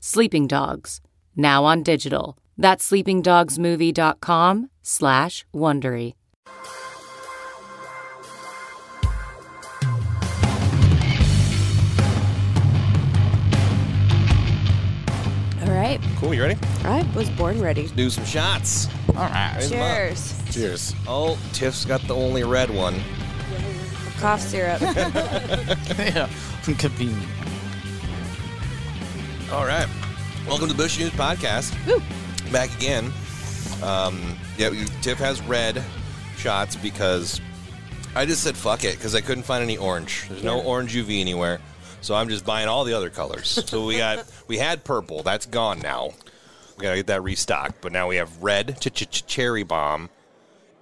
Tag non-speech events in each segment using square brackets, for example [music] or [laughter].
Sleeping Dogs, now on digital. That's sleepingdogsmovie.com slash Wondery. All right. Cool, you ready? I was born ready. Do some shots. All right. Cheers. Cheers. Oh, Tiff's got the only red one. Cough syrup. yeah. Convenient. All right. Welcome to the Bush News Podcast. Woo. Back again. Um, yeah, you- Tiff has red shots because I just said fuck it because I couldn't find any orange. There's no orange UV anywhere, so I'm just buying all the other colors. so we [laughs] got we had purple. That's gone now. We gotta get that restocked. But now we have red ch- ch- ch- cherry bomb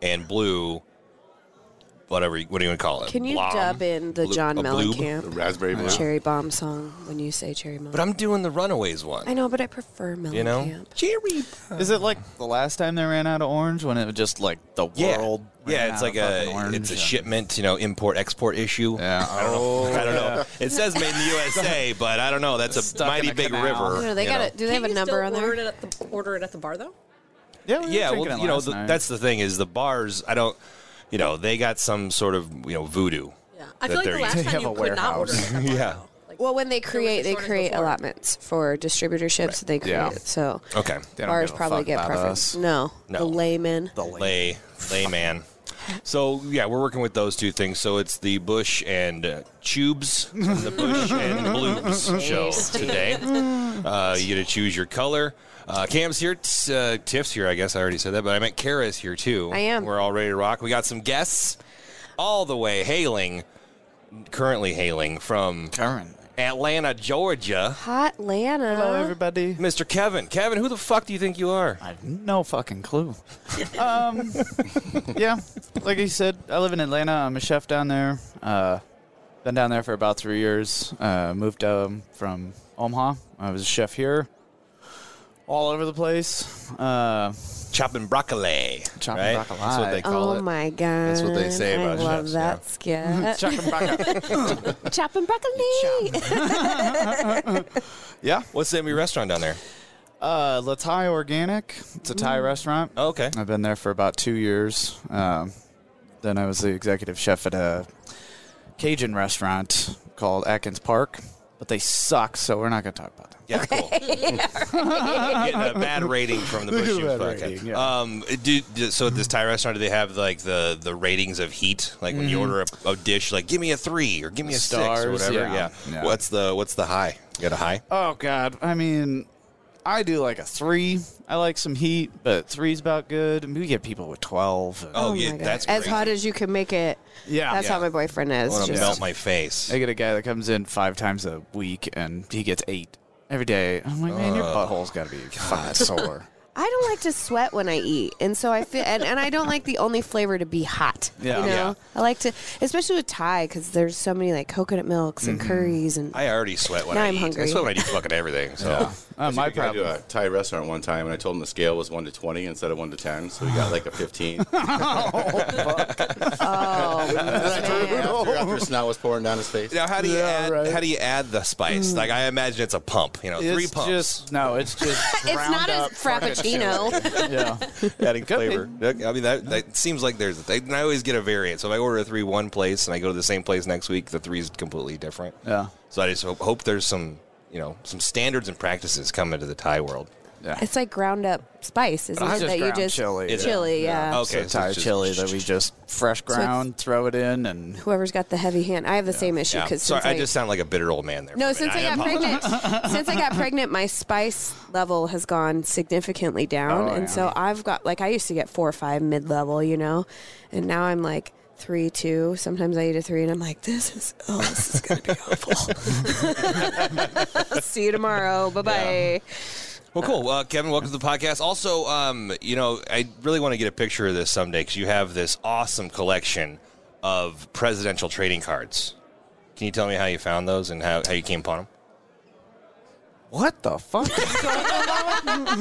and blue. Whatever. you- What do you want to call it? Can you Blom. dub in the Blu- John a bloob? The Mellencamp raspberry blue. Cherry Bomb song when you say Cherry Bomb? But I'm doing the Runaways one. I know, but I prefer Mellencamp. you know, cherry. Is it like the last time they ran out of orange when it was just like the Yeah, world? yeah. ran It's out like of fucking a orange it's a and- shipment, you know, import export issue. Yeah. I don't know. I don't know. It says made in the [laughs] USA, but I don't know. That's a Stuck mighty in a big canal. river. No, they you got know. it. Do they have a Can't you number still on there? Order it, at the, order it at the bar though. Yeah, we were [laughs] Yeah, drinking well, it you know, last the, night. that's the thing is the bars. I don't, you know, they got some sort of you know voodoo. Yeah, that I feel like they're the last using. time you could not order it at the bar. Yeah. though. Like, Well, when they was a create, they shortage create before. allotments for distributorships. They create Yeah. so Okay. They don't bars give a probably fuck get about preference. us. No, No. the layman. The lay layman. So yeah, we're working with those two things. So it's the Bush and uh, Tubes, and [laughs] the Bush and Blues show today. Uh, you get to choose your color. Uh, Cam's here, t- uh, Tiff's here. I guess I already said that, but I meant Kara's here too. I am. We're all ready to rock. We got some guests all the way hailing, currently hailing from Current. Atlanta, Georgia. Hot Lana. Hello, everybody. Mr. Kevin, Kevin, who the fuck do you think you are? I have no [laughs] fucking clue. um, yeah, like you said, I live in Atlanta. I'm a chef down there. Uh, been down there for about three years. Uh, moved um, from Omaha. I was a chef here, all over the place. Uh, Chopping broccoli. Chopping right? broccoli. That's what they call Oh it. my god! That's what they say about I love chefs, Mm-hmm. that [laughs] skit. chopping broccoli. Chopping broccoli. [laughs] yeah. What's the name of your restaurant down there? Uh, La Thai Organic. It's a Thai restaurant. Oh, okay. I've been there for about two years. Um, then I was the executive chef at a Cajun restaurant called Atkins Park, but they suck, so we're not going to talk about them. Yeah, [laughs] cool. Getting a bad rating from the Look Bush at the News [laughs] bad podcast. rating, yeah. Um, do, do- so at this Thai restaurant, do they have like the, the ratings of heat? Like when you order a, a dish, like give me a three or give me a six or Mm-hmm. Stars, whatever. yeah. Yeah. What's the what's the high? You got a high? Oh God! I mean, I do like a three. I like some heat, but three's about good. We get people with twelve. and- Oh, my yeah, God. that's as crazy. hot as you can make it. Yeah. that's Yeah. how my boyfriend I is. want to just- melt my face. I get a guy that comes in five times a week and he gets eight every day. I'm like, man, your butthole's got to be fucking sore. I don't like to sweat when I eat, and so I feel, and, and I don't like the only flavor to be hot. Yeah. you know, Yeah. I like to, especially with Thai, because there's so many like coconut milks and curries, and I already sweat when Now I I'm eat. I hungry. sweat when I do fucking everything. So Uh, my I got to problem. a Thai restaurant one time, and I told him the scale was one to twenty instead of one to ten, so he got like a fifteen. [laughs] And oh, I told him after, after snot was pouring down his face. now, how do you Yeah, add right. how do you add the Mm. spice? Like I imagine it's a pump. You know, three It's pumps. just no. It's just [laughs] it's not a frappuccino. yeah. adding flavor. That- I mean, that, that seems like there's. I, and I always get a variant. So if I order a three one place and I go to the same place next week, the three is completely different. Yeah. So I just hope, hope there's some, you know, some standards and practices come into the Thai world. [laughs] it's like ground up spice, isn't It's it? just that you ground just chili. It's- chili, yeah. [laughs] Okay, Okay, so Thai it's just- chili that we just fresh it's- ground, throw it in, and Whoever's got the heavy hand, I have the same issue Yeah. because Sorry, since I just sound like a bitter old man there. No, for a since minute. I got apologize. pregnant, since I got pregnant, my spice level has gone significantly down, Oh, and yeah. so I've got like I used to get four or five mid level, you know, and now I'm like three, two. Sometimes I eat a three, and I'm like, this is oh, [laughs] this is gonna be awful. See you tomorrow. Bye bye. Well, cool. Uh, Kevin, welcome to the podcast. Also, um, you know, I really want to get a picture of this someday because you have this awesome collection of presidential trading cards. Can you tell me how you found those and how, how you came upon them? What the [laughs] fuck?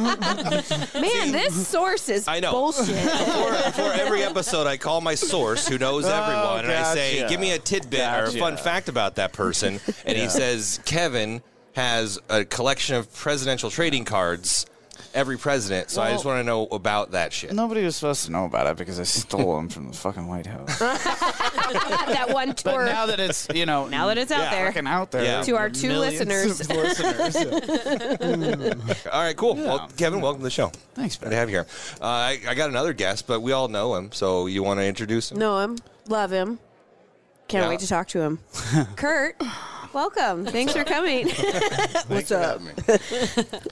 Man, this source is I know. bullshit. Before, before every episode, I call my source who knows everyone and I say, gotcha. give me a tidbit or a fun Gotcha. fact about that person. And he says, Kevin has a collection of presidential trading cards, every president. So I Well- just want to know about that shit. Nobody was supposed to know about it because I stole them from the fucking White House. that one But tour. now that it's you know now that it's out Yeah, there, fucking out there Yeah. To our two millions listeners. of [laughs] listeners. All right, cool. Well, Kevin, welcome to the show. Thanks, Good man. to have you here. Uh, I, I got another guest, but we all know him. So you want to introduce him? know him, love him. Can't Yeah. wait to talk to him. Kurt, welcome. Thanks for coming. What's up? me.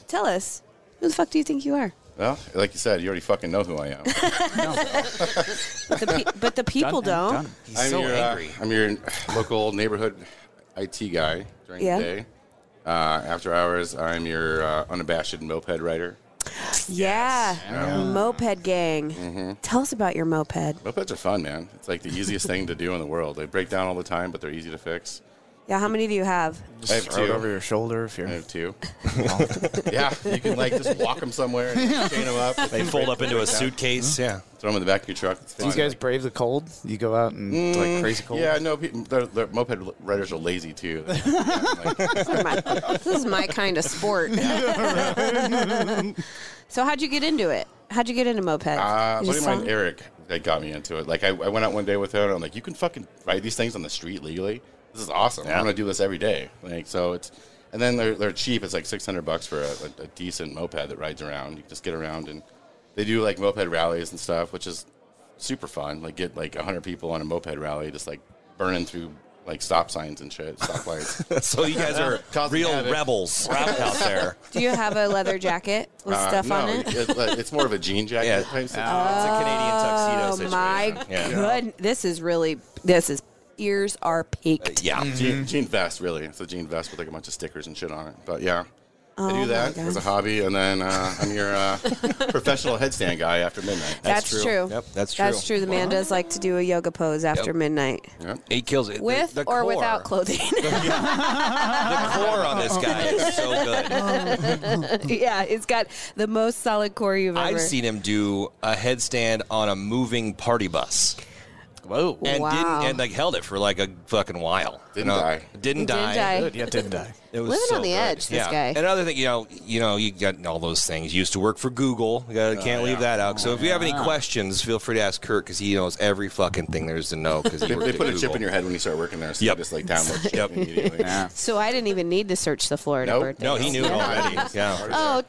Tell us, who the fuck do you think you are? Well, like you said, you already fucking know who [laughs] I am. But the, pe- but the people don't. Done. He's I'm so your, uh, angry. I'm your local neighborhood IT guy during Yeah. the day. Uh, after hours, I'm your uh, unabashed moped rider. Yeah. Moped gang. Tell us about your moped. Mopeds are fun, man. It's like the easiest thing to do in the world. They break down all the time, but they're easy to fix. Yeah, how many do you have? I have Throw it two. over your shoulder if I you're. have two. [laughs] yeah, you can like just walk them somewhere, and chain them up. They fold up into a suitcase. Yeah. Throw them in the back of your truck. It's Do you fun. guys brave the cold? You go out and Mm, like crazy cold. Yeah, no, pe- the, the moped riders are lazy too. Like, Never mind. this is my [laughs] kind of sport. so how'd you get into it? How'd you get into moped? uh, You buddy just of mine, saw- Eric, that got me into it. Like, I, I went out one day with him, and I'm like, you can fucking ride these things on the street legally. This is awesome. I'm gonna do this every day. Like, so it's, and then they're, they're cheap. It's like 600 bucks for a, a, a decent moped that rides around. You can just get around, and they do like moped rallies and stuff, which is super fun. Like, get like 100 people on a moped rally, just like burning through like stop signs and shit, stop [laughs] lights. [laughs] So you guys [laughs] are Causing real [laughs] havoc. rebels out there. Do you have a leather jacket with Uh, stuff no, on it? It's, like- it's more of a jean jacket Yeah. type situation. it's a Canadian tuxedo Oh my good! This is really this is ears are peaked. Uh, Yeah. Jean, jean vest, really. It's a jean vest with like a bunch of stickers and shit on it. But yeah, I my do that as a gosh. hobby, and then uh, I'm your uh, professional headstand guy after midnight. that's, true. Yep, that's true. That's true. The man does like to do a yoga pose after midnight, He kills it. The- with the or core- without clothing. [laughs] The core on this guy is so good. yeah, it's got the most solid core you've ever. I've seen him do a headstand on a moving party bus. Whoa. And Wow. didn't and like held it for like a fucking while. Didn't die. Didn't die. die. Good. Yeah, didn't die. It was Living so on the good. edge, this yeah. guy. Another thing, you know, you know, you got all those things. You used to work for Google. You Oh, gotta, can't leave that out. So if you have any questions, feel free to ask Kurt because he knows every fucking thing there is to know. Because They, they put a chip in your head when you start working there, so Yep. you just like download shit Yep. immediately. Yeah. So I didn't even need to search the Florida Nope. birthdays. No, he knew [laughs] already. Yeah. Oh,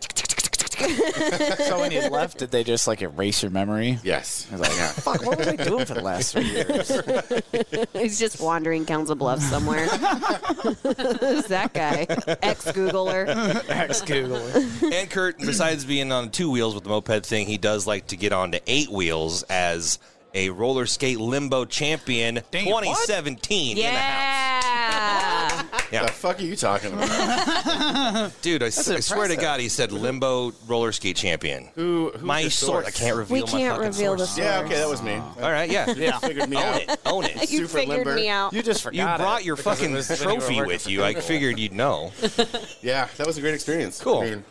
So when you left, did they just like erase your memory? Yes. I was like, Yeah. fuck, what was I doing for the last three years? he's just wandering Council Bluffs somewhere. Who's that guy? Ex Googler. Ex Google. And Kurt, besides being on two wheels with the moped thing, he does like to get onto eight wheels as a roller skate limbo champion Dang it, what? 2017 in the house. Yeah. Yeah. The fuck are you talking about? Dude, I, s- I swear to impressive. God, he said limbo roller skate champion. Who- who's my your source. source? I can't we reveal my can't fucking reveal the source. source. yeah, okay, that was me. All right, [laughs] yeah. yeah. Figured me Own out. it. Own it. [laughs] You Super figured limber. me out. You just You forgot. brought it your because it fucking was when you were trophy working with for you. I Google. figured you'd know. Yeah, that was a great experience. Cool. I mean,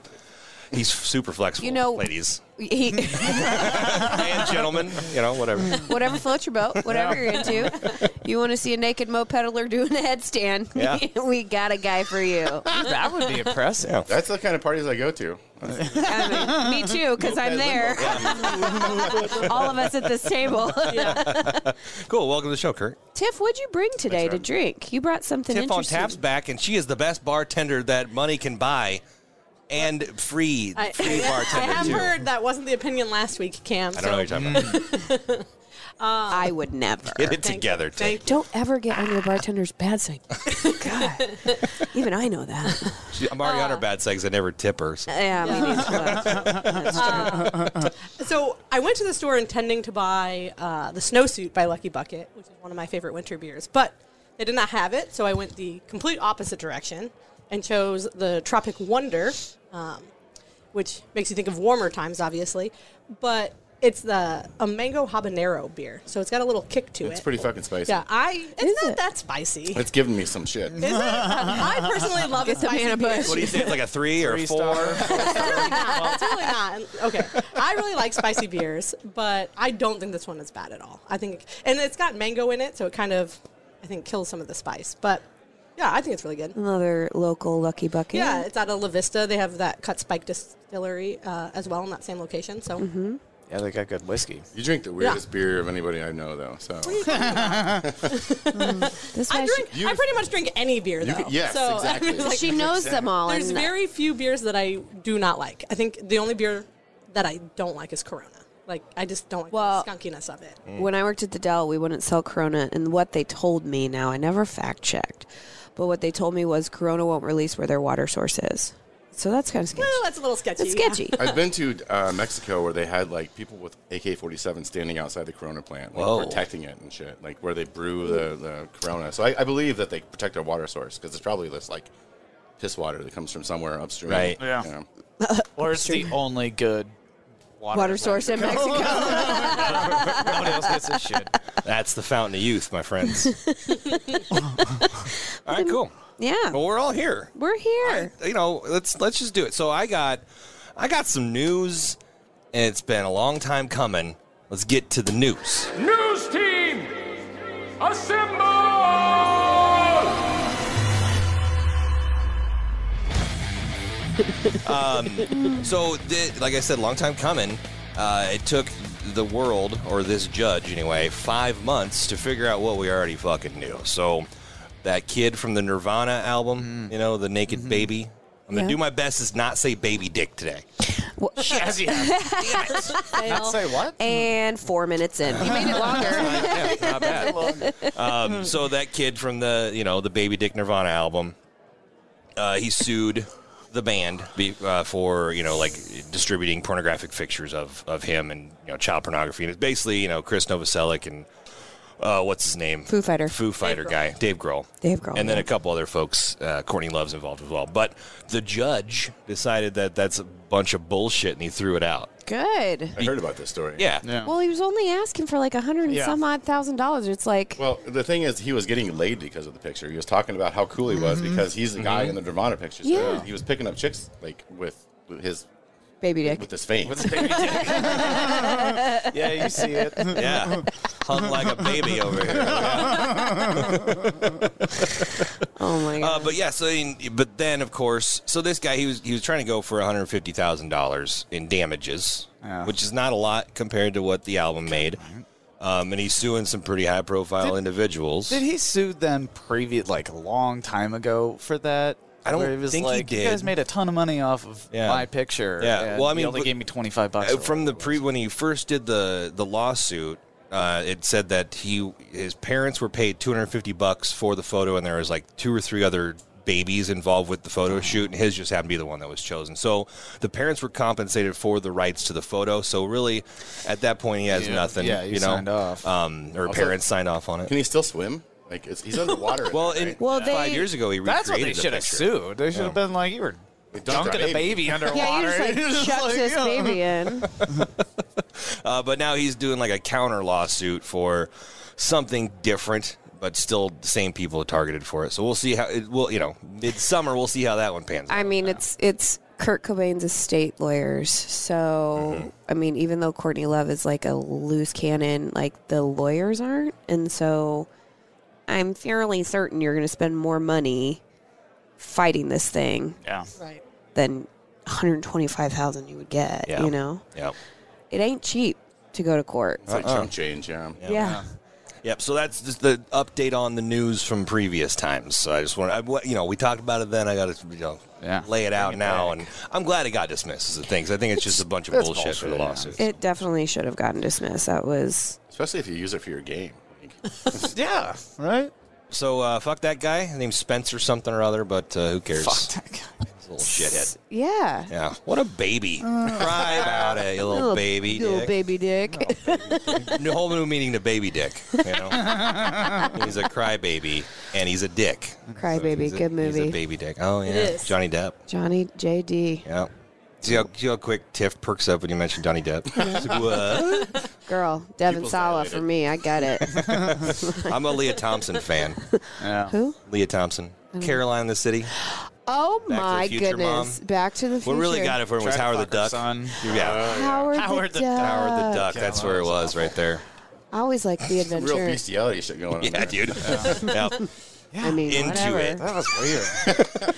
He's super flexible, You know- ladies He- [laughs] and gentlemen. You know, whatever. whatever floats your boat, whatever you're into. You want to see a naked mopedler doing a headstand? [laughs] Yeah. we got a guy for you. That would be impressive. that's the kind of parties I go to. I mean, me too, because I'm there. All of us at this table. Cool. Welcome to the show, Kurt. Tiff, what'd you bring today to drink? You brought something Tiff on interesting. Tap's back, and she is the best bartender that money can buy, and free [laughs] I, free I bartender have too. heard that wasn't the opinion last week, Cam. I don't know what you're talking [laughs] about. I would never. Get it together, Tiff. Thank Don't ever get on your bartender's bad [laughs] side. God, even I know that. She- I'm already on her Ah. bad side 'cause I never tip [laughs] her. [laughs] so- Yeah, we need to. So I went to the store intending to buy uh, the snowsuit by Lucky Bucket, which is one of my favorite winter beers, but they did not have it, so I went the complete opposite direction and chose the Tropic Wonder, um, which makes you think of warmer times, obviously. But it's the a mango habanero beer, so it's got a little kick to it. It's pretty fucking spicy. Yeah, I. It's Is not it? that spicy. Is it? It's giving me some shit. I personally love a spicy man a beer. bush. What do you think? It's like a three or Three four? [laughs] star. really not. It's really not. Okay. I really like spicy beers, but I don't think this one is bad at all. I think, and it's got mango in it, so it kind of, I think, kills some of the spice. But yeah, I think it's really good. [laughs] Mm-hmm. Another local Lucky Bucket. Yeah, it's out of La Vista. They have that Cut Spike Distillery uh, as well in that same location. So [laughs] Mm-hmm. yeah, they got good whiskey. You drink the weirdest beer of anybody I know, though. So This I guy drink. You- I pretty much drink any beer though. can- yes, so, [laughs] exactly. I mean, like, She, she knows them all. there's and very few beers that I do not like. I think the only beer that I don't like is Corona. Like I just don't like Well- the skunkiness of it. When I worked at the Dell, we wouldn't sell Corona, and what they told me now, I never fact checked, but what they told me was Corona won't release where their water source is. So that's kind of sketchy. Well, [laughs] that's a little sketchy. It's yeah. sketchy. I've been to uh, Mexico where they had like people with AK-47 standing outside the Corona plant, like, Whoa. protecting it and shit, like where they brew the, the Corona. So I, I believe that they protect our water source because it's probably this like piss water that comes from somewhere upstream. Right. Yeah. You know. Or it's the only good water, Water source [laughs] in Mexico. Nobody else gets this shit. That's the fountain of youth, my [laughs] friends. all right, cool. Yeah, Well, we're all here. we're here. I- you know, let's let's just do it. So I got I got some news, and it's been a long time coming. Let's get to the news. News team, assemble! So, thi- like I said, long time coming. Uh, it took the world, or this judge anyway, five months to figure out what we already fucking knew. So, that kid from the Nirvana album, you know, the naked baby. I'm gonna Yeah. do my best is not say baby dick today. Well, Not say what? and four minutes in, [laughs] you made it longer. yeah, not bad. [laughs] Um, so that kid from the you know the Baby Dick Nirvana album, uh, he sued the band be, uh, for you know like distributing pornographic pictures of of him and you know child pornography and it's basically you know Chris Novoselic and uh, what's his name Foo Fighter. Foo Fighter guy Dave Grohl Dave Grohl, and then yeah. a couple other folks uh, Courtney Love's involved as well but the judge decided that that's a bunch of bullshit and he threw it out Good. I heard about this story. yeah Yeah. Well, he was only asking for like a hundred and Yeah. some odd thousand dollars. It's like Well, the thing is, he was getting laid because of the picture. He was talking about how cool he was Mm-hmm. because he's the guy in the Nirvana pictures. Yeah. He was picking up chicks like with, with his baby dick. with his fame. [laughs] yeah, you see it. yeah [laughs] hung like a baby over here. Oh my Uh, god. but yeah, so in, but then of course, so this guy he was he was trying to go for one hundred fifty thousand dollars in damages, Yeah. which is not a lot compared to what the album made. Um, and he's suing some pretty high profile individuals. [laughs] Did he sue them previous, like a long time ago for that? I don't Where he was think he like, You did. guys made a ton of money off of Yeah. my picture. Yeah, and well, I mean, you only but- gave me twenty five bucks Uh, or from the whatever it pre when he first did the the lawsuit, uh, it said that he his parents were paid two hundred fifty bucks for the photo, and there was like two or three other babies involved with the photo shoot, and his just happened to be the one that was chosen. So the parents were compensated for the rights to the photo. So really, at that point, he has Yeah. nothing. Yeah, he you know, signed off. um, or Also- parents signed off on it. Can he still swim? Like it's, he's underwater. well, right? in, Well, five they- years ago, he That's what recreated they the should have picture. sued. They should have been like, you were dunked dunking a a baby [laughs] underwater. yeah, you just like You're Uh, just chucked like, this yeah. baby in. Uh, but now he's doing like a counter lawsuit for something different, but still the same people targeted for it. So we'll see how it will, you know, midsummer, we'll see how that one pans out. I mean, it's it's Kurt Cobain's estate lawyers. So I mean, even though Courtney Love is like a loose cannon, like the lawyers aren't, and so I'm fairly certain you're going to spend more money fighting this thing Yeah. Right. [laughs] than 125,000 you would get. Yeah. You know, Yep. it ain't cheap to go to court. it's like Oh. chump change. Yeah. yeah. Yep. So that's just the update on the news from previous times. So I just want to, you know, we talked about it then. I got to, you know, Yeah. lay it out Bring it now. back. And I'm glad it got dismissed as a thing. 'cause I think it's just a bunch of it's bullshit, for the bullshit, yeah. lawsuit. It definitely should have gotten dismissed. That was Especially if you use it for your game. [laughs] Like, Yeah. Right? So uh, fuck that guy. His name's Spencer something or other, but uh, who cares? Fuck [laughs] that guy. He's a little shithead. yeah. Yeah. What a baby. Cry about it, you little, baby. little dick. baby dick. new whole new meaning to baby dick. You [laughs] know? he's a crybaby and he's a dick. [laughs] Crybaby, He's a- good He's a movie. baby dick. Oh yeah, is. Johnny Depp. Johnny J.D. Yeah. See how, see how quick Tiff perks up when you mention [laughs] Johnny Depp. It's like, what? Girl, Devin Pupils Sala dilated. for me. I get [laughs] it. I'm a Leah Thompson fan. Yeah. Who? Leah Thompson, Caroline in the City. Oh the my Future, Mom. goodness. Back to the future. What really got it for him was Howard the Duck. Son. Yeah, Howard, Howard the, the- Duck. Howard the Duck. That's where it was right there. I always like [laughs] the Real adventure. bestiality shit going on. Yeah, there. dude. [laughs] Yeah. I mean, Into whatever. it. That was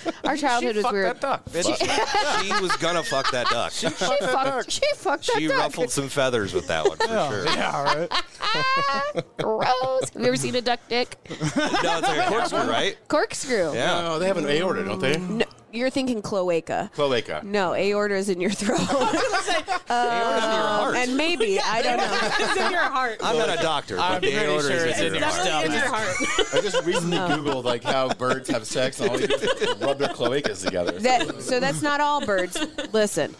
weird. Our childhood was Fuck weird. that duck, bitch. She was gonna fuck that duck. She fucked. She fucked that She duck. ruffled some feathers with that one for sure. yeah, right. [laughs] [laughs] Gross. Have you ever seen a duck dick? No, it's like a corkscrew, right? Corkscrew. Yeah. No, they have an aorta, don't they? No, you're thinking cloaca. Cloaca. No, aorta is in your [laughs] throat. Aorta's in your heart. and maybe I don't know. it's in your heart. I'm not a doctor, I'm but the pretty aorta sure is it's in in your your heart. Definitely in your Stop heart. I just recently Googled like how birds have sex and [laughs] all they do is rub their cloacas together. That, so that's not all birds. Listen,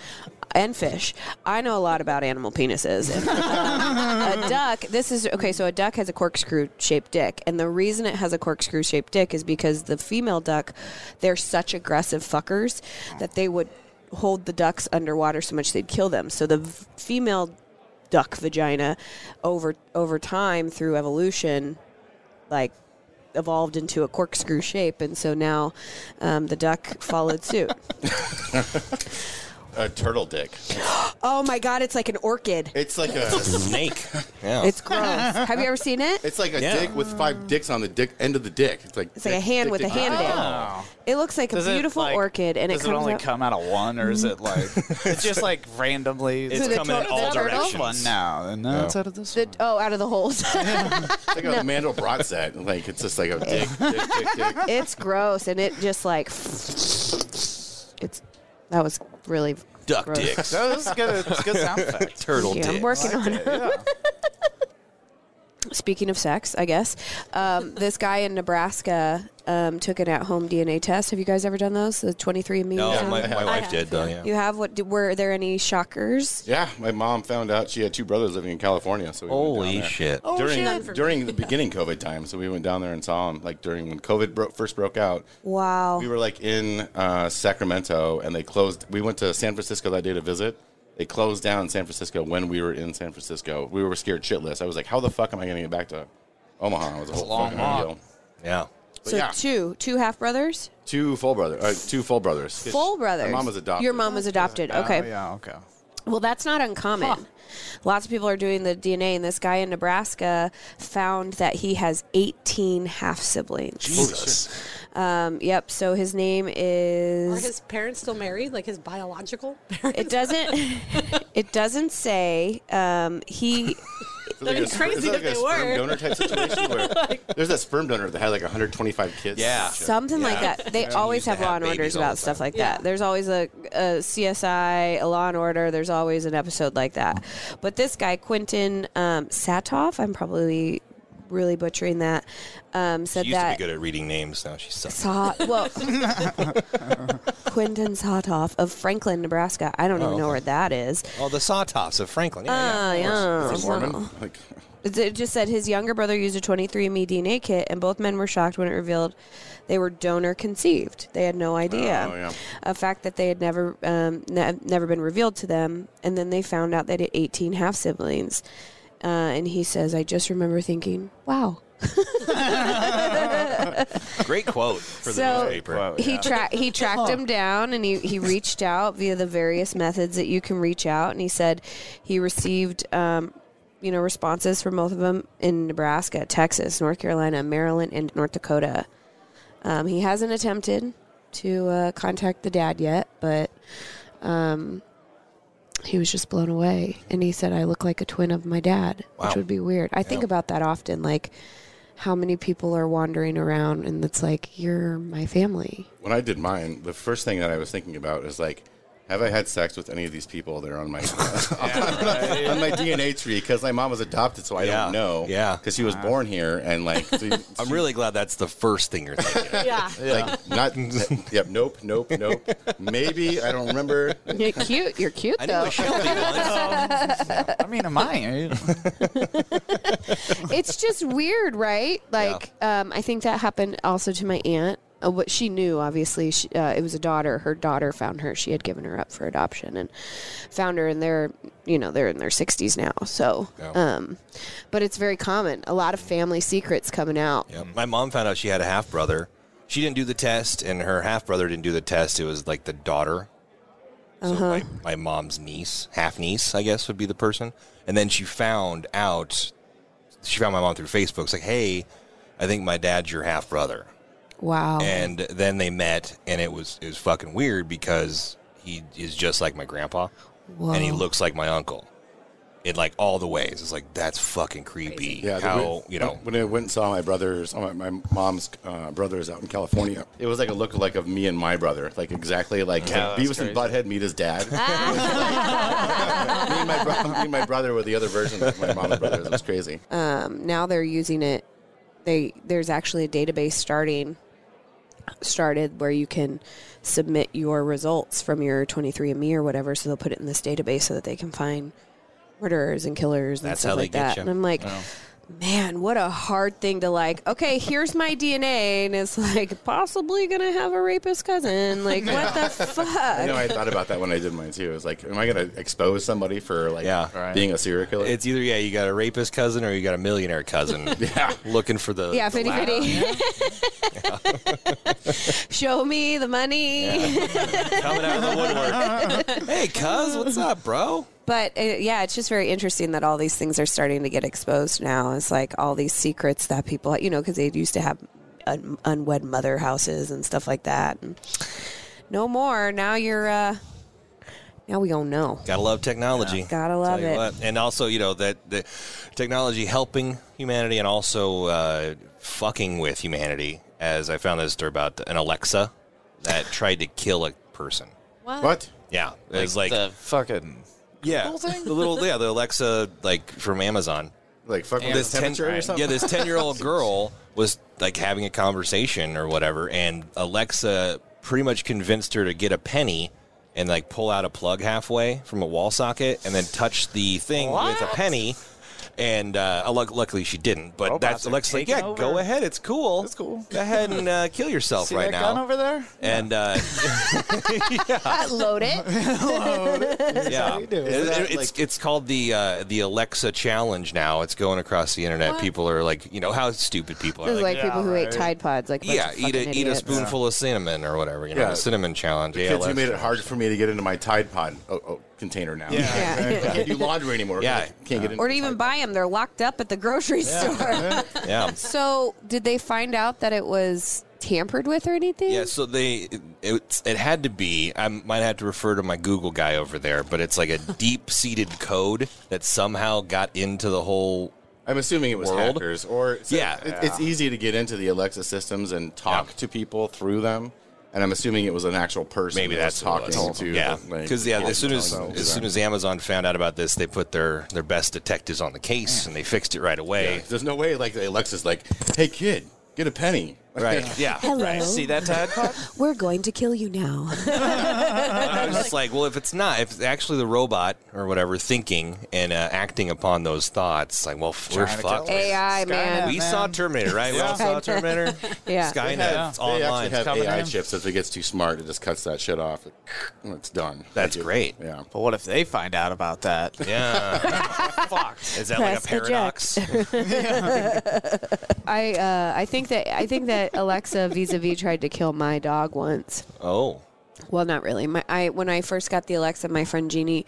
and fish. I know a lot about animal penises. And, uh, a duck. This is okay. So a duck has a corkscrew shaped dick, and the reason it has a corkscrew shaped dick is because the female duck, they're such aggressive fuckers that they would hold the ducks underwater so much they'd kill them. So the v- female duck vagina, over over time through evolution, like evolved into a corkscrew shape, and so now um, the duck followed [laughs] suit. a turtle dick. Oh my god, it's like an orchid. It's like a Snake. Yeah. It's gross. Have you ever seen it? it's like a Yeah. dick with five dicks on the dick end of the dick. It's like It's like a hand with a hand in it. It looks like a Oh. Does it, beautiful like- orchid, and it does comes it only out- Mm. come out of one, or is it like it's just like [laughs] randomly? It's the coming in turtle- all the turtle? directions. one now, and now it's out of [laughs] this. the, oh out of the [laughs] holes. It's like a Mandelbrot set. Like it's just like a dick, dick, dick, [laughs] dick. it's gross, and it just like it's that was really Duck gross. dicks. That was good. It's good sound [laughs] effect. Turtle Yeah, I'm dicks. working on it. Yeah. [laughs] Speaking of sex, I guess um, this guy in Nebraska um, took an at-home DNA test. Have you guys ever done those? The 23andMe. or No, something? my, my I wife have, did though. Yeah. you have what? Were there any shockers? Yeah, my mom found out she had two brothers living in California. So we went down Holy there. shit. Oh, during shit. during the beginning COVID time, so we went down there and saw him. Like during when COVID bro- first broke out, Wow. we were like in uh, Sacramento, and they closed. We went to San Francisco that day to visit. They closed down San Francisco when we were in San Francisco. We were scared shitless. I was like, "How the fuck am I going to get back to Omaha?" It was a whole long fucking walk. ordeal. Yeah. But so yeah, two, two half brothers. two full brothers, uh, two full brothers, full brothers. My mom was adopted. Your mom was adopted. Okay. Oh, yeah. Okay. Well, that's not uncommon. Lots of people are doing the DNA, and this guy in Nebraska found that he has 18 half siblings. Jesus. Um, yep. So his name Are is. his parents still married? Like his biological [laughs] parents? It doesn't. it doesn't [laughs] say. Um, he. It's like That'd a be sp- crazy it's like if a they sperm were. donor type [laughs] situation where Oh there's that sperm donor that had like 125 kids. Yeah. Something like Yeah. that. They Yeah. always Used to have have law and babies orders all about the stuff time. like Yeah. that. There's always a, a CSI, a law and order. There's always an episode like that. But this guy, Quentin um, Satoff, I'm probably really butchering that, um, said She used to be that. good at reading names. Now she sucks. Sa- well, [laughs] Quentin Satoff of Franklin, Nebraska. I don't even know where that is. Oh, the sawtoffs of Franklin. Yeah, Oh, yeah. Is he Mormon? [laughs] Like, It just said his younger brother used a 23andMe DNA kit, and both men were shocked when it revealed they were donor conceived. They had no idea. Oh, yeah. A fact that they had never um, ne- never been revealed to them. And then they found out they had 18 half siblings. Uh, and he says, I just remember thinking, wow. yeah. Great quote for the So- newspaper. Wow, He yeah. tra- he tracked him down and he, he reached out via the various methods that you can reach out. And he said he received, um, you know, responses from both of them in Nebraska, Texas, North Carolina, Maryland, and North Dakota. Um, he hasn't attempted to uh, contact the dad yet, but um, he was just blown away. And he said, I look like a twin of my dad, Wow. which would be weird. I think about that often, like how many people are wandering around and it's like, you're my family. when I did mine, the first thing that I was thinking about is like, have I had sex with any of these people that [laughs] are on my [laughs] on my DNA tree? Because my mom was adopted, so I Yeah. don't know. Yeah. because she was born here, [laughs] and like, so you- I'm really glad that's the first thing you're thinking. yeah. like not. [laughs] Yep. Nope. Nope. Nope. Maybe I don't remember. You're cute. You're cute I knew though. [laughs] a Shelby Oh, once. I mean, am I? it's just weird, right? Like, um, I think that happened also to my aunt. uh, what she knew obviously she, uh, it was a daughter her daughter found her she had given her up for adoption and found her and they're you know they're in their 60s now so Yeah. um but it's very common a lot of family secrets coming out Yeah. My mom found out she had a half brother. She didn't do the test, and her half brother didn't do the test. It was like the daughter. So my, my mom's niece, half niece, I guess, would be the person. And then she found out, she found my mom through Facebook. It's like, hey, I think my dad's your half brother. wow And then they met, and it was it was fucking weird because he is just like my grandpa, Whoa. and he looks like my uncle, in like all the ways. It's like that's fucking creepy. Yeah, the- how you know? when I went and saw my brothers, oh, my, my mom's uh, brothers out in California, it was like a lookalike of me and my brother, like exactly like Yeah, Beavis that's and Butthead meet his [laughs] dad. [laughs] me, and my bro- me and my brother were the other version of my mom and brothers. It was crazy. um, now they're using it. They there's actually a database starting started where you can submit your results from your 23andMe or whatever. So they'll put it in this database so that they can find murderers and killers and That's stuff how they like get that. you. And I'm like. Man, what a hard thing to like. Okay, here's my DNA, and it's like possibly gonna have a rapist cousin. Like, what [laughs] the I fuck? know I thought about that when I did mine too. It was like, am I going to expose somebody for like Yeah. Right. being a serial killer? It's either yeah, you got a rapist cousin or you got a millionaire cousin. [laughs] yeah, looking for the Yeah, the fitty latter. fitty. [laughs] Show me the money. coming out of the [laughs] woodwork. hey, cuz, what's up, bro? But uh yeah, it's just very interesting that all these things are starting to get exposed now. It's like all these secrets that people, you know, because they used to have un- unwed mother houses and stuff like that. And no more. Now you're, uh, now we gonna know. Gotta love technology. Gotta love Tell you it. what. And also, you know that the technology helping humanity and also uh, fucking with humanity. As I found this story about an Alexa that tried to kill a person. what? Yeah, it was like the [laughs] fucking yeah, the little yeah, the Alexa like from Amazon. Like fuck with this this ten, temperature or something? yeah, this [laughs] ten-year-old girl was like having a conversation or whatever, and Alexa pretty much convinced her to get a penny and like pull out a plug halfway from a wall socket and then touch the thing with a penny. And uh, luck- luckily she didn't, but Robots that's are Alexa's like, taking yeah, over. go ahead, it's cool. It's cool. Go ahead and uh, [laughs] kill yourself see right that now. gun over there? and [laughs] uh, Load it. yeah, you do. It- Is it- that, it's it's called the uh, the Alexa challenge now. It's going across the internet. People are like, you know, how stupid people are. This is like Yeah, people who ate right. Tide Pods. Like, a bunch yeah, of eat a fucking eat a idiots. spoonful of cinnamon or whatever. You know, Yeah. the cinnamon challenge. The yeah, kids who let's- made it hard for me to get into my Tide Pod oh, oh, container now. Yeah. Yeah. I can't do laundry anymore. 'cause Yeah. I can't get in. Or to even buy them, they're locked up at the grocery store. [laughs] Yeah. so, did they find out that it was tampered with or anything? Yeah, so they it, it, it had to be. I might have to refer to my Google guy over there, but it's like [laughs] a deep-seated code that somehow got into the whole. I'm assuming it was World? hackers, or so Yeah. it- it's easy to get into the Alexa systems and talk Yeah. to people through them. And I'm assuming it was an actual person. Maybe that that's was talking what to. it was. Yeah, the, like, because yeah, the as soon as phone. as soon as Amazon found out about this, they put their their best detectives on the case and they fixed it right away. there's no way like the Alexa's like, hey kid, get a penny. [laughs] Right. Yeah. Hello. Right. See that Tide Pod? We're going to kill you now. I was just like, well, if it's not, if it's actually the robot or whatever thinking and uh, acting upon those thoughts, like, well, f- we're Trying to kill fucked. us. AI, Skynet. man. We Man. saw Terminator, right? We all saw Skynet. Terminator. [laughs] Yeah. Skynet. Yeah. It's They actually online. have coming AI in. chips. If it gets too smart, it just cuts that shit off. It- and It's done. That's Like, it- great. Yeah. But what if they find out [laughs] about that? [laughs] yeah. Fuck. Is that Press the like a [laughs] paradox? I uh, I think that I think that Alexa vis-a-vis tried to kill my dog once. oh. Well, not really. My I when I first got the Alexa, my friend Jeannie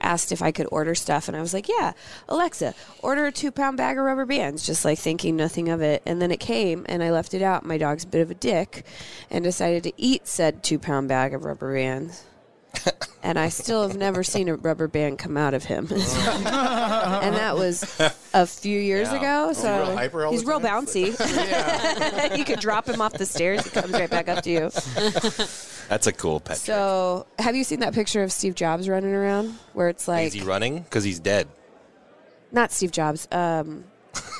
asked if I could order stuff, and I was like, "Yeah, Alexa, order a two-pound bag of rubber bands," just like thinking nothing of it. And then it came, and I left it out. My dog's a bit of a dick, and decided to eat said two-pound bag of rubber bands. And I still have never seen a rubber band come out of [laughs] him, and that was a few years ago. So real hyper all he's the real time? bouncy. [laughs] [laughs] you could drop him off the stairs; he comes right back up to you. That's a cool pet. trick. So, have you seen that picture of Steve Jobs running around where it's like Is he running? Because he's dead. not Steve Jobs, um,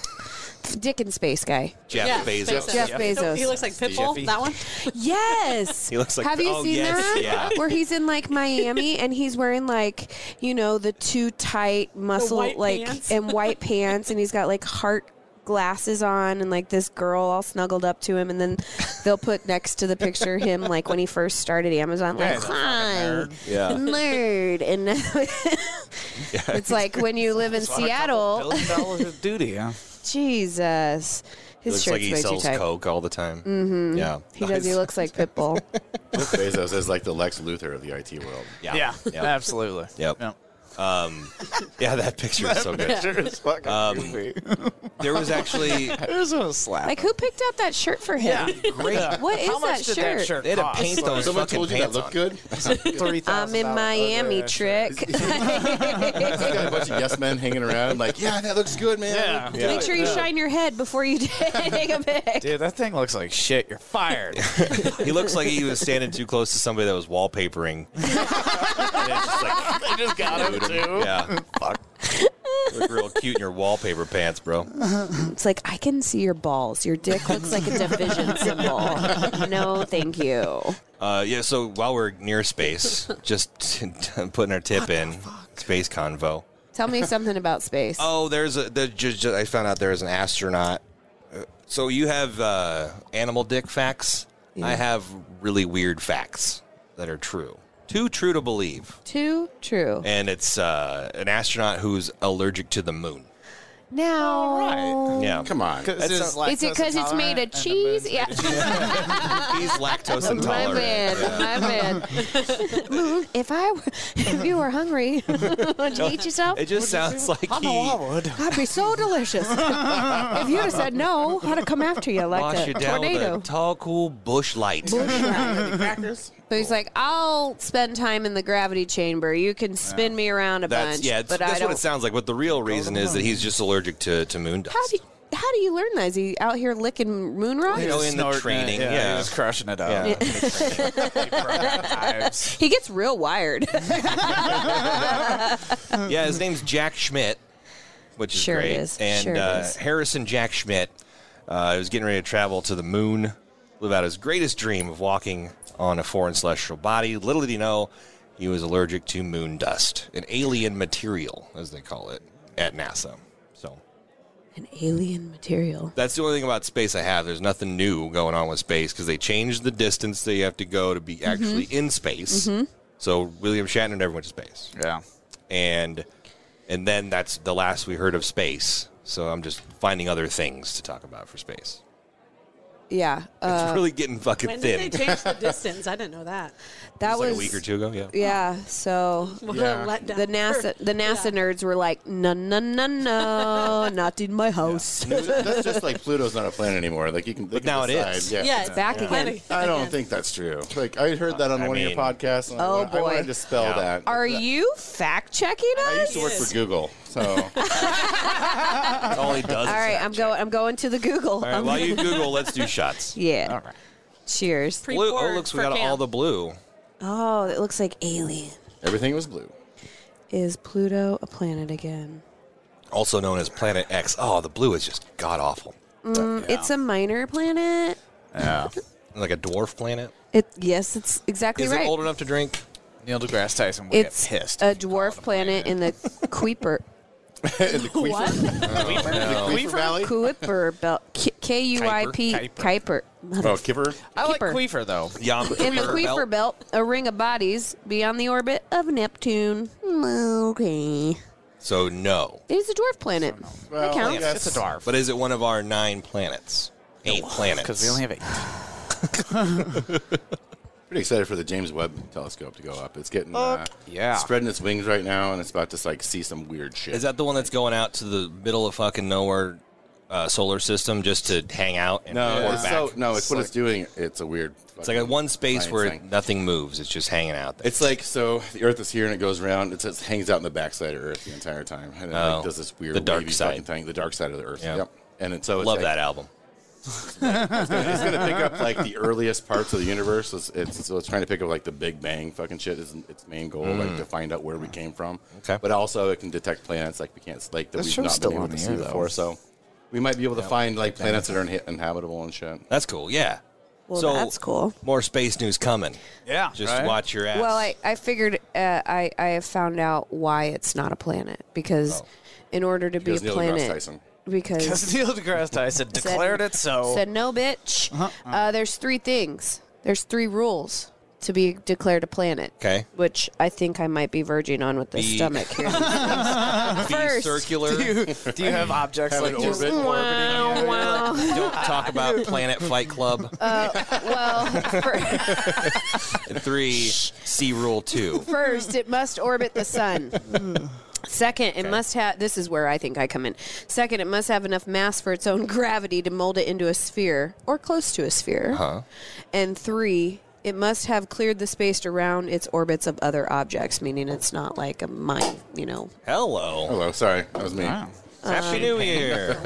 [laughs] Dick and Space guy? Jeff Yeah, Bezos. Bezos. Jeff Bezos. He looks like Pitbull. That [laughs] one. Yes. [laughs] He looks like- Have you oh, seen yes, that? yeah. Where he's in like Miami and he's wearing like you know the too tight muscle white like pants. and white pants and he's got like heart glasses on and like this girl all snuggled up to him, and then they'll put next to the picture him like when he first started Amazon, like Guy's a fucking hi, nerd. Yeah. nerd, and [laughs] it's like when you live in Seattle, Billion dollars of duty. Yeah. Jesus, his looks shirt's like he way too sells tight. coke all the time. Mm-hmm. Yeah, He does. He looks like Pitbull. Bezos is like the Lex Luthor of the IT world. Yeah, [laughs] Yeah. yeah. Absolutely. Yep. Um, Yeah. [laughs] Yeah, that picture is so good. Sure is fucking Um, goofy. There was actually It was a slap. [laughs] Like who picked out that shirt for [laughs] him? great. What is How that, much did shirt? that shirt They had to cost? paint [laughs] those Ah, Someone fucking told you that pants looked on. good. Three I'm thousand in Oh, Miami, trick. [laughs] I got a bunch of yes men hanging around, like, yeah, that looks good, man. Yeah. Yeah. Make sure you shine your head before you [laughs] take a pic. Dude, that thing looks like shit. [laughs] You're fired. [laughs] He looks like he was standing too close to somebody that was wallpapering. [laughs] And it's just like, I just got him too. yeah, fuck. Look real cute in your wallpaper pants, bro. It's like I can see your balls. Your dick looks like a division [laughs] symbol. No, thank you. Uh, yeah, so while we're near space, just [laughs] putting our tip in space convo. Tell me something about space. Oh, there's a. The, ju- ju- I found out there's an astronaut. Uh, So you have uh, animal dick facts. I have really weird facts that are true. Too true to believe. Too true. And it's uh, an astronaut who's allergic to the moon. Now, Yeah. Come on. is it because it's made of cheese? [laughs] Yeah, He's lactose my intolerant. bad, my bad. [laughs] Moon, if I were, if you were hungry, [laughs] would you eat yourself? It [laughs] just sounds like he would. That'd be so [laughs] delicious. if you'd have said no, I'd have come after you like wash a you down tornado. with a tall, cool bush light. So he's like, I'll spend time in the gravity chamber. You can spin me around a That's bunch. yeah. It's, but I that's don't. what it sounds like. But the real reason is that he's just allergic to to moon dust. how do you, how do you learn that? Is he out here licking moon rocks? You know, in the training, yeah, yeah. he was crushing it Yeah. [laughs] up. [laughs] Times. He gets real wired. [laughs] yeah, his name's Jack Schmidt, which is Sure it great. is. And Sure it uh, is. Harrison Jack Schmidt uh, was getting ready to travel to the moon, live out his greatest dream of walking on a foreign celestial body. Little did he know, he was allergic to moon dust, an alien material, as they call it at NASA. So An alien material. that's the only thing about space I have. There's nothing new going on with space because they changed the distance that you have to go to Mm-hmm. be actually in space. So William Shatner never went to space Yeah. and and then that's the last we heard of space. So I'm just finding other things to talk about for space. Yeah, uh, it's really getting fucking When thin. did they change the distance? I didn't know that. that It's like was a week or two ago, yeah. Yeah, so [laughs] What Yeah. a letdown. the NASA the NASA nerds were like, no, no, no, [laughs] no, not in my house. that's just like Pluto's not a planet anymore. Like you can. But now it is. Yeah. Yeah, it's back again. Planning. I don't Again. think that's true. Like I heard that on I one of mean- your podcasts. And I Oh, wanted- I boy. wanted to spell that. Are you fact checking I used us? to work for Google, [laughs] so That's all he does. All right, I'm going. I'm going to the Google. All right, I'm while gonna- you Google, let's do [laughs] shots. yeah. All right. Cheers. Blue. Oh, Pre-poured looks we for got camp. all the blue. Oh, it looks like alien. everything was blue. Is Pluto a planet again? Also known as Planet X. Oh, the blue is just god awful. Um, It's a minor planet. Yeah. Like a dwarf planet. It yes, it's exactly Is right. it old enough to drink? Neil deGrasse Tyson would it's get pissed. a dwarf planet in the Kuiper In the Queefer, What? the Queefer Valley. Kuiper belt K U I P Kuiper. Oh, Kipper. I like Keeper. Queefer though. Yeah. In the Kuiper belt, a ring of bodies beyond the orbit of Neptune. Mm, Okay, So no. it is a dwarf planet. Well, that counts. yeah. It's a dwarf. But is it one of our nine planets? Eight planets. Because we only have eight. [laughs] Pretty excited for the James Webb Telescope to go up. It's getting uh, yeah. spreading its wings right now, and it's about to like see some weird shit. Is that the one that's going out to the middle of fucking nowhere uh, solar system just to hang out and no, report it's back? so, no, it's, what it's doing. It's a weird. it's like a one space Science where thing. nothing moves. It's just hanging out there. It's like so the Earth is here and it goes around. It's, it hangs out in the backside of Earth the entire time, and then Oh. like, does this weird The dark wavy side. fucking thing, the dark side of the Earth. Yeah. Yep. And it's, so it's Love like, that album. It's gonna pick up like [laughs] the earliest parts of the universe. It's, it's so it's trying to pick up like the Big Bang fucking shit. Is its main goal like to find out where we came from. Mm. Okay. But also it can detect planets like we can't like that That we've show's not still been able on to the see air, though. before. So we might be able to find like planets that are inha- inhabitable and shit. That's cool. Yeah. Well, so that's cool. More space news coming. Yeah. Just right? watch your ass. Well, I, I figured uh, I I have found out why it's not a planet because in order to be a Here's Neil deGrasse planet, Tyson. because Neil deGrasse Tyson said- declared it so. Uh-huh, Said no, bitch. uh there's three things. There's three rules to be declared a planet. 'Kay. Which I think I might be verging on with the Be- stomach [laughs] here. Be First. circular. do, you, do [laughs] you have objects Have like an just orbit orbiting? wow, [laughs] you? wow. [laughs] Don't [laughs] talk about Planet Fight Club. Uh, well, fir- And Three, see rule two. first, it must orbit the sun. Second, it must have. This is where I think I come in. Second, it must have enough mass for its own gravity to mold it into a sphere or close to a sphere. Uh-huh. And three, it must have cleared the space around its orbits of other objects, meaning it's not like a mine, you know. Hello. Hello, sorry, that was me. Happy New Year.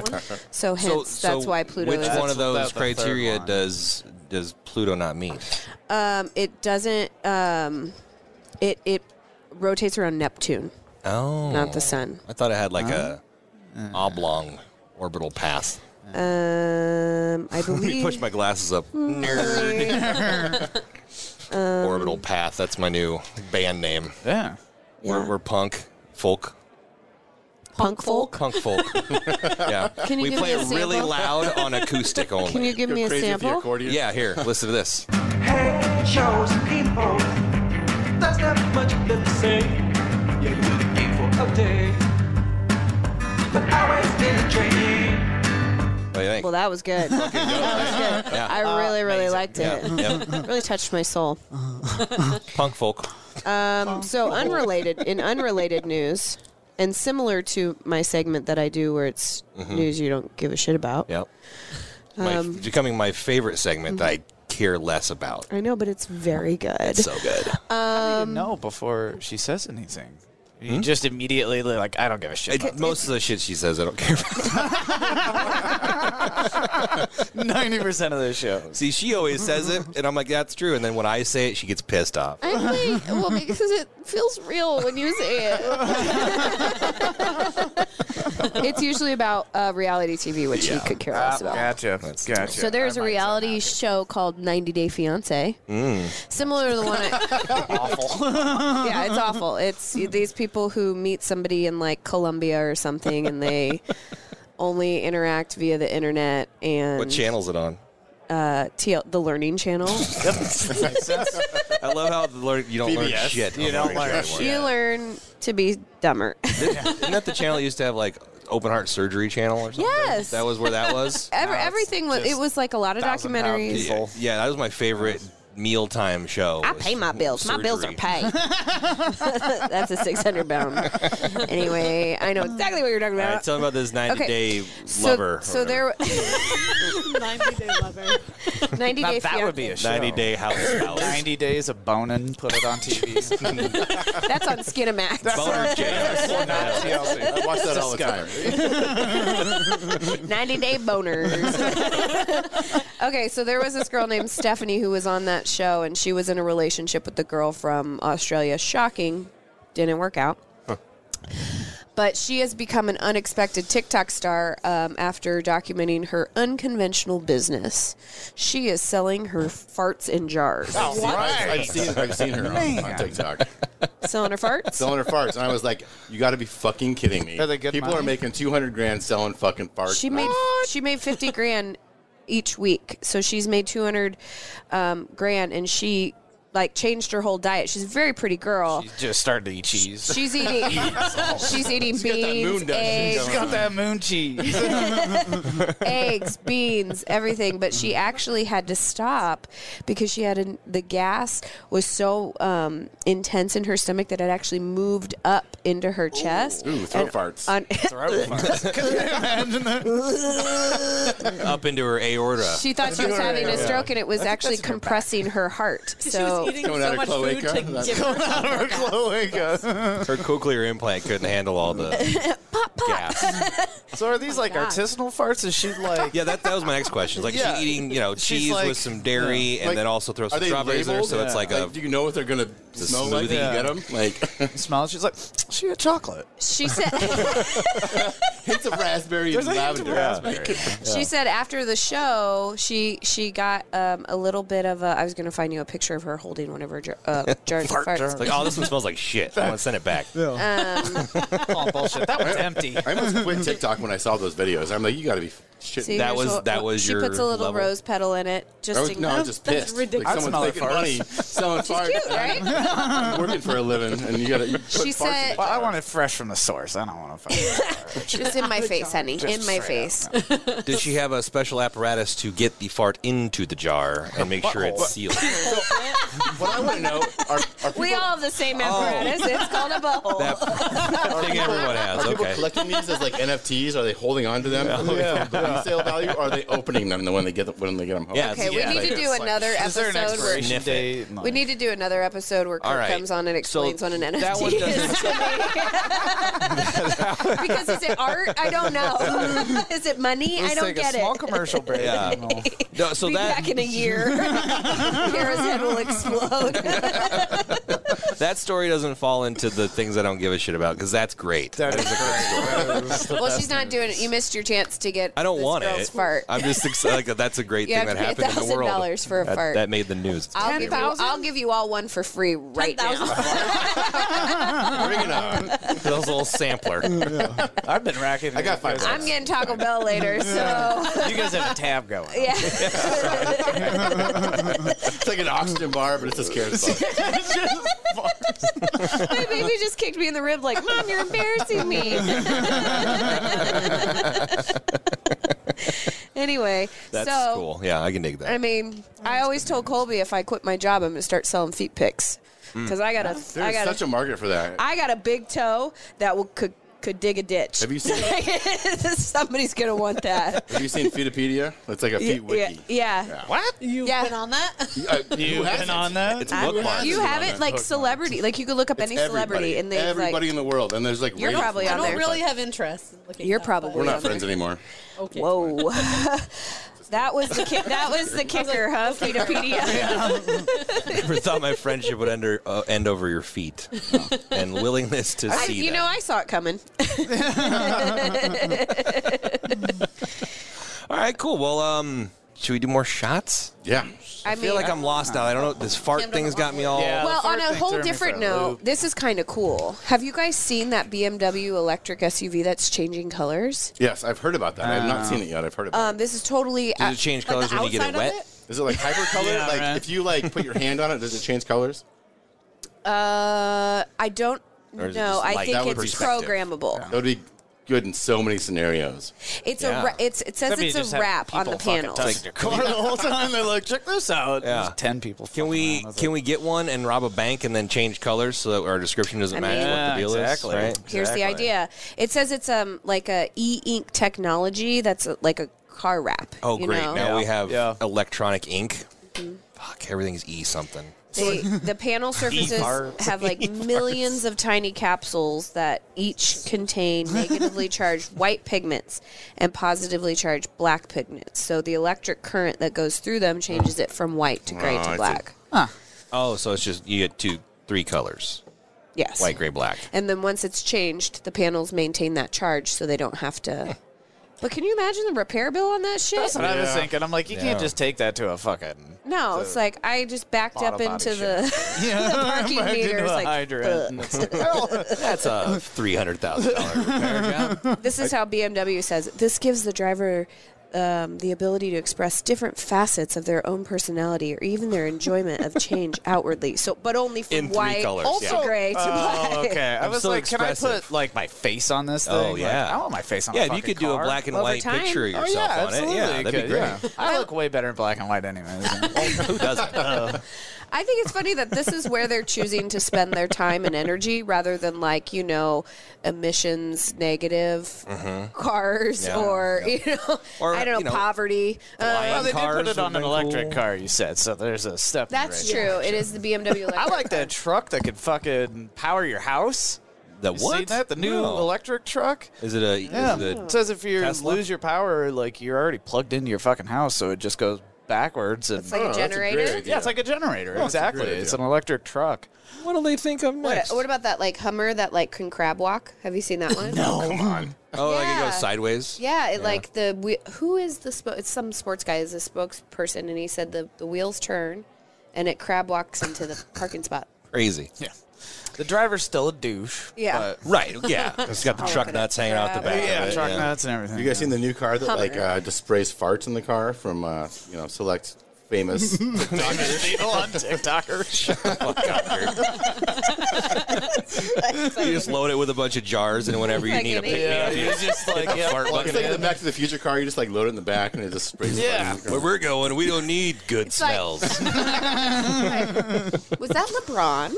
So hence, that's Uh, why Pluto Which is. one of those That's the third criteria one. does does Pluto not meet? um, it doesn't. Um, it it rotates around Neptune, Oh, not the sun. I thought it had like a oblong orbital path. Um, I Let me believe. push my [laughs] glasses up. Nerd. orbital path. That's my new band name. Yeah. We're, Yeah. we're punk folk. punk folk. [laughs] Punk folk. yeah. [laughs] Can you we give play me a it really sample? [laughs] loud on acoustic only. Can you give Go me a crazy with the sample? accordion. yeah, here. Listen to this. Hey, shows people. There's not much left to say. Yeah, you did a game for a day. But I wasted a train. What do you think? Well, that was good. That was good. Yeah. I really, really liked it. yeah. Yep. Really touched my soul. Punk folk. Um, so unrelated in unrelated news, and similar to my segment that I do where it's news you don't give a shit about. Yep. My, Um, becoming my favorite segment that mhm. I care [laughs] less about. I know, but it's very good. So good. Um, no, before she says anything. You just immediately li- like I don't give a shit. It- most of the shit she says, I don't care about. [laughs] Ninety percent of [laughs] the shows. See, she always says it, and I'm like, that's true. And then when I say it, she gets pissed off. Like, well, because it feels real when you say it. [laughs] It's usually about uh, reality TV, which you could care less about. Ah, Gotcha. gotcha. So there's a a reality show called 90 Day Fiance, similar to the one. I, Mm. [laughs] [laughs] Awful. yeah, it's awful. It's these people who meet somebody in like Colombia or something, and [laughs] they only interact via the internet and What channel's it on? uh, TL, the Learning [laughs] Channel. I love how the learn, you don't learn PBS. shit. You on don't Learning learn Channel shit. you anymore. learn to be dumber. Isn't that the channel that used to have like open heart surgery channel or something? Yes. That was where [laughs] that was. Every, it's everything was. It just was like a lot of 1,000 pound documentaries. people. yeah, that was my favorite mealtime show. I was pay my bills. My bills are surgery. paid. [laughs] That's a 600 [laughs] pound. Anyway, I know exactly what you're talking All about. right, tell me about this 90 Okay. day so, lover. or so whatever. there, 90 Day Lover. 90 day. that would be a show. 90 day house spouse. Ninety days of boning. Put it on [laughs] TV. That's on Skinamax. Boner jams. I [laughs] watch that all the time. 90 day [laughs] boners. okay, so there was this girl named Stephanie who was on that show, and she was in a relationship with the girl from Australia. Shocking. Didn't work out. But she has become an unexpected TikTok star um, after documenting her unconventional business. She is selling her farts in jars. I've seen, I've seen her on, on TikTok. Selling her farts? Selling her farts. And I was like, you got to be fucking kidding me. Are they good People money? are making 200 grand selling fucking farts. She made she made fifty grand each week, so she's made two hundred um, grand, and she like changed her whole diet. She's a very pretty girl. just started to eat cheese. She's eating she's eating beans, moon dust thing eggs, [laughs] going. She's got that moon cheese. eggs, beans, everything. But she actually had to stop because she had an, the gas was so um, intense in her stomach that it actually moved up into her chest. Ooh, throat farts. On, [laughs] [laughs] Up into her aorta. she thought she was having a stroke, and it was actually compressing her heart. So [laughs] she was eating Going out so of much food cloaca? to That's- give her Her cochlear implant couldn't handle all the [laughs] gas. so are Oh these like God. artisanal farts? Is she like? Yeah, that, that was my next question. Like, Yeah. is she eating, you know, She's cheese like- with some dairy and Like, then also throw Are some they strawberries there? labeled? So it's like Like, a do you know what they're going to It's a smell like smoothie. it, Yeah. you get them like [laughs] Smells. She's like, she had chocolate. [laughs] She said. hints of raspberry There's and a hint of lavender. raspberry. She said after the show, she she got um, a little bit of a. I was going to find you a picture of her holding one of her jar, [laughs] uh, jars of farts. It's like, oh, this one smells like shit. I want to send it back. [laughs] oh, bullshit. That one's empty. I almost quit TikTok when I saw those videos. I'm like, you got to be shitting. See, me. That here's was- what- that was she your puts a little level. Oh, rose petal in it I just was, in no, I'm just That's pissed. ridiculous. Like I'd someone's making smell money selling farts. cute, [laughs] right? I'm working for a living, and you got to. She said- Well, I want it fresh from the source. I don't want to fucking. just in my face, honey. in my face. Did she have a special apparatus to get the fart into the jar and make sure it's sealed? What I want to know are, are We people, all have the same apparatus. It's called a butthole. Oh. That thing everyone has. are people Okay. collecting these as like NFTs? Are they [laughs] holding on to them? Yeah. resale value? Or are they opening them the when they get them, when they get them home? Yeah, okay, it's- yeah, we need to like- do another Is there an episode where expiration Sniff it. date? we need to do another episode where Kirk All right. comes on and So explains what an NFT that one is. [laughs] because is it art? I don't know. is it money? I don't take get a small it. [laughs] commercial break. Yeah. No, so Be that back in a [laughs] year. Kara's head will explode. that story doesn't fall into the things I don't give a shit about because that's great. That is great. well, she's not doing it. You missed your chance to get. I don't this want girl's it. Fart. I'm just excited. Like, that's a great You thing have that to pay happened in the world. $1,000 for a that, fart. That made the news. I'll give, you, I'll 10,000? give you all one for free right now. 10,000 Bring it [laughs] on. that was a little sampler. I've been racking. I got five bucks. I'm getting Taco Bell later, [laughs] so You guys have a tab going. yeah. It's like an oxygen bar, but it's just carrots. [laughs] It's My baby just kicked me in the rib, like, "Mom, you're embarrassing me." [laughs] anyway, That's so cool. Yeah, I can dig that. I mean, I always told Colby if I quit my job, I'm gonna start selling feet pics Mm. because I got a, I There's got such a, a market for that. I got a big toe that will could could dig a ditch. Have [laughs] you seen- Somebody's gonna want that. Have you seen Feetopedia? It's like a [laughs] feet yeah, wiki. yeah. What? You've Yeah. been on that? uh, [laughs] You been on that? it's bookmarked. You It's have on it that like hook. celebrity, like you could look up any celebrity and they everybody like in the world, and there's like You're ratings. probably I on don't there. really have interest in looking You're at that, probably We're but- not friends anymore. [laughs] [laughs] Okay. Whoa. that was the kick, that was the kicker, huh? [laughs] Feetopedia. never thought my friendship would end, or, uh, end over your feet uh, and willingness to I, see you that. know, I saw it coming. All right, cool. Well, um, should we do more shots? Yeah. I, [laughs] I feel like I'm lost now. I don't know. This fart thing's got me all. Yeah. well, The on fart a thing whole threw me different for a note, loop. this is kind of cool. Have you guys seen that BMW electric SUV that's changing colors? Yes, I've heard about that. I've not seen it yet. I've heard about Um, this is totally. Does it change colors when you get it wet? it. Is it like hyper color? Yeah, like right. if you like put your hand on it, does it change colors? Uh, I don't Or is it know. just I light? think That would it's be- programmable. That would be good in so many scenarios. It's Yeah. a ra- it's it says Except you it's just a have wrap on people the fucking panels. touching your [laughs] car the whole time. They're like, check this out. Yeah. There's ten people. Can we can we get one and rob a bank and then change colors so that our description doesn't I match mean- what the Yeah, deal exactly. is? uh, Right. Here's the Exactly. idea. It says it's um like a e-ink technology that's uh like a car wrap. Oh, you great! know? Mm-hmm. Now we have Yeah. electronic ink. Fuck, everything's e something. They, the panel surfaces farts. have like millions of tiny capsules that each contain negatively charged white pigments and positively charged black pigments. So the electric current that goes through them changes it from white to gray Oh, I to see. black. Oh, so it's just you get two, three colors: Yes. white, gray, black. And then once it's changed, the panels maintain that charge so they don't have to. But can you imagine the repair bill on that shit? That's what I was Yeah. thinking. I'm like, you Yeah. can't just take that to [laughs] a fucking. No, it's like I just backed bottle up body into [laughs] shit. the. Yeah, parking backed meter [laughs] into is a like, hydrant. and it's like, well, That's a [laughs] three hundred thousand dollar repair job. This is how BMW says it. this gives the driver um, the ability to express different facets of their own personality or even their enjoyment of change [laughs] outwardly. So, but only from In three white colors, to yeah. uh, gray to black. [laughs] Oh, [laughs] okay. I I'm was so like, can I expressive. put like my face on this thing? Oh, Like, yeah. I want my face on. Yeah, a if you fucking could do a car. black and Over white time. picture of Oh yourself yeah, on it, absolutely. yeah, that'd be could, great. yeah. I look way better in black and white, anyways. [laughs] Who [laughs] doesn't? Uh, I think it's funny that this is where they're choosing to spend their time and energy rather than like you know emissions negative cars Mm-hmm. Yeah. or you know Or, I don't know, you know, poverty. Uh, well, they did Cars put it on would've been an electric cool. car. You said so. There's a step. that's right. true. It is the BMW. [laughs] Electric I like car. that truck that could fucking power your house. The You what? seen that? The new No. electric truck. Is it a? Yeah. Is it a It says if you Tesla? lose your power, like you're already plugged into your fucking house, so it just goes backwards. And It's like Oh, a that's a great generator. idea. yeah, it's like a generator. that's a great exactly. It's an idea. electric truck. What do they think of What, next? what about that like Hummer that like can crab walk? Have you seen that one? Come on. oh, like it Yeah. goes sideways. Yeah, it, like the whe- who is the spo- it's some sports guy is a spokesperson, and he said the the wheels turn, and it crab walks into the parking spot. Crazy. Yeah. The driver's still a douche. Yeah. but- Right. [laughs] Yeah. It's got the truck nuts hanging out the back. yeah, of it, truck yeah. nuts and everything. You guys seen the new car that Hummer. like uh, displays farts in the car from uh, you know select [laughs] famous? [laughs] [laughs] You just load it with a bunch of jars, and whenever you Like need a an pick me idiot. up, you just just like yeah, fart Well, it's bucket. like the Back to the Future car. You just like load it in the back and it just sprays. Yeah. farts in the car. Where we're going, we don't need good like- smells. Was that LeBron?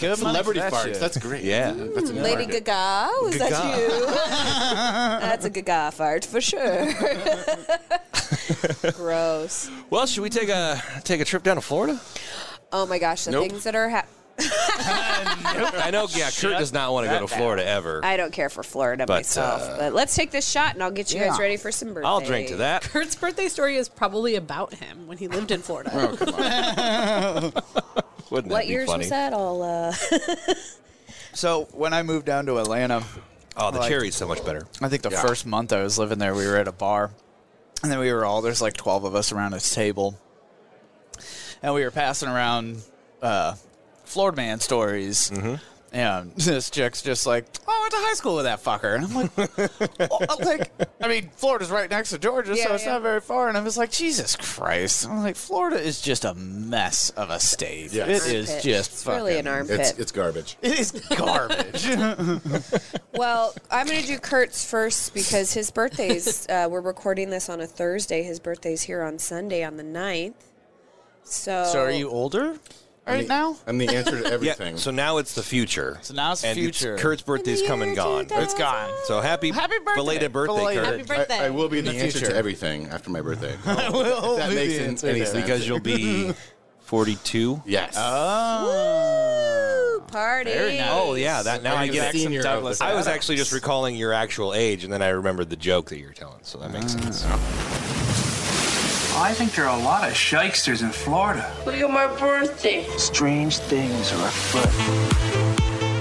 good Celebrity money for that farts. shit. That's great. Yeah. That's a new Lady market. Gaga? Was Gaga. that you? That's a Gaga fart for sure. [laughs] Gross. well, should we take a take a trip down to Florida? Oh my gosh, the Nope. things that are. Ha- I know. Yeah, Kurt does not want to go to Florida ever. I don't care for Florida But, myself, uh, but let's take this shot, and I'll get you guys Yeah. ready for some birthday. I'll drink to that. Kurt's birthday story is probably about him when he lived in Florida. [laughs] Wouldn't What that be years funny? was that? I'll. Uh, So when I moved down to Atlanta, Oh, the Like- cherry's so much better. I think the first month I was living there, we were at a bar, and then we were all there's like twelve of us around this table, and we were passing around uh, Florida man stories. And [laughs] this chick's just like, oh, I went to high school with that fucker. And I'm like, well, I'm like, I mean, Florida's right next to Georgia, so Yeah, it's yeah. not very far. And I was like, Jesus Christ. I'm like, Florida is just a mess of a state. Yes. It is armpit. just It's fucking, really an Oh. armpit. It's it's garbage. [laughs] It is [laughs] garbage. Well, I'm going to do Kurt's first because his [laughs] birthday's, uh, we're recording this on a Thursday. His birthday's here on Sunday on the 9th. So, so are you older right now? I'm the [laughs] answer to everything. So now it's the future. So now it's the and future. Kurt's birthday's come and gone. It's gone. So happy, Happy birthday. belated birthday, Belated. Kurt. Happy I, birthday. I will be the, the answer to future. Oh. everything after my [laughs] birthday. I will that be makes the any answer there. sense. Because you'll [laughs] be 42. yes. Ah. Oh. Party. Oh yeah, that now Are I you get. the senior of the Douglas. I was class? actually just recalling your actual age, and then I remembered the joke that you were telling, so that makes sense. Ah. I think there are a lot of shysters in Florida. Look at my birthday. Strange things are afoot.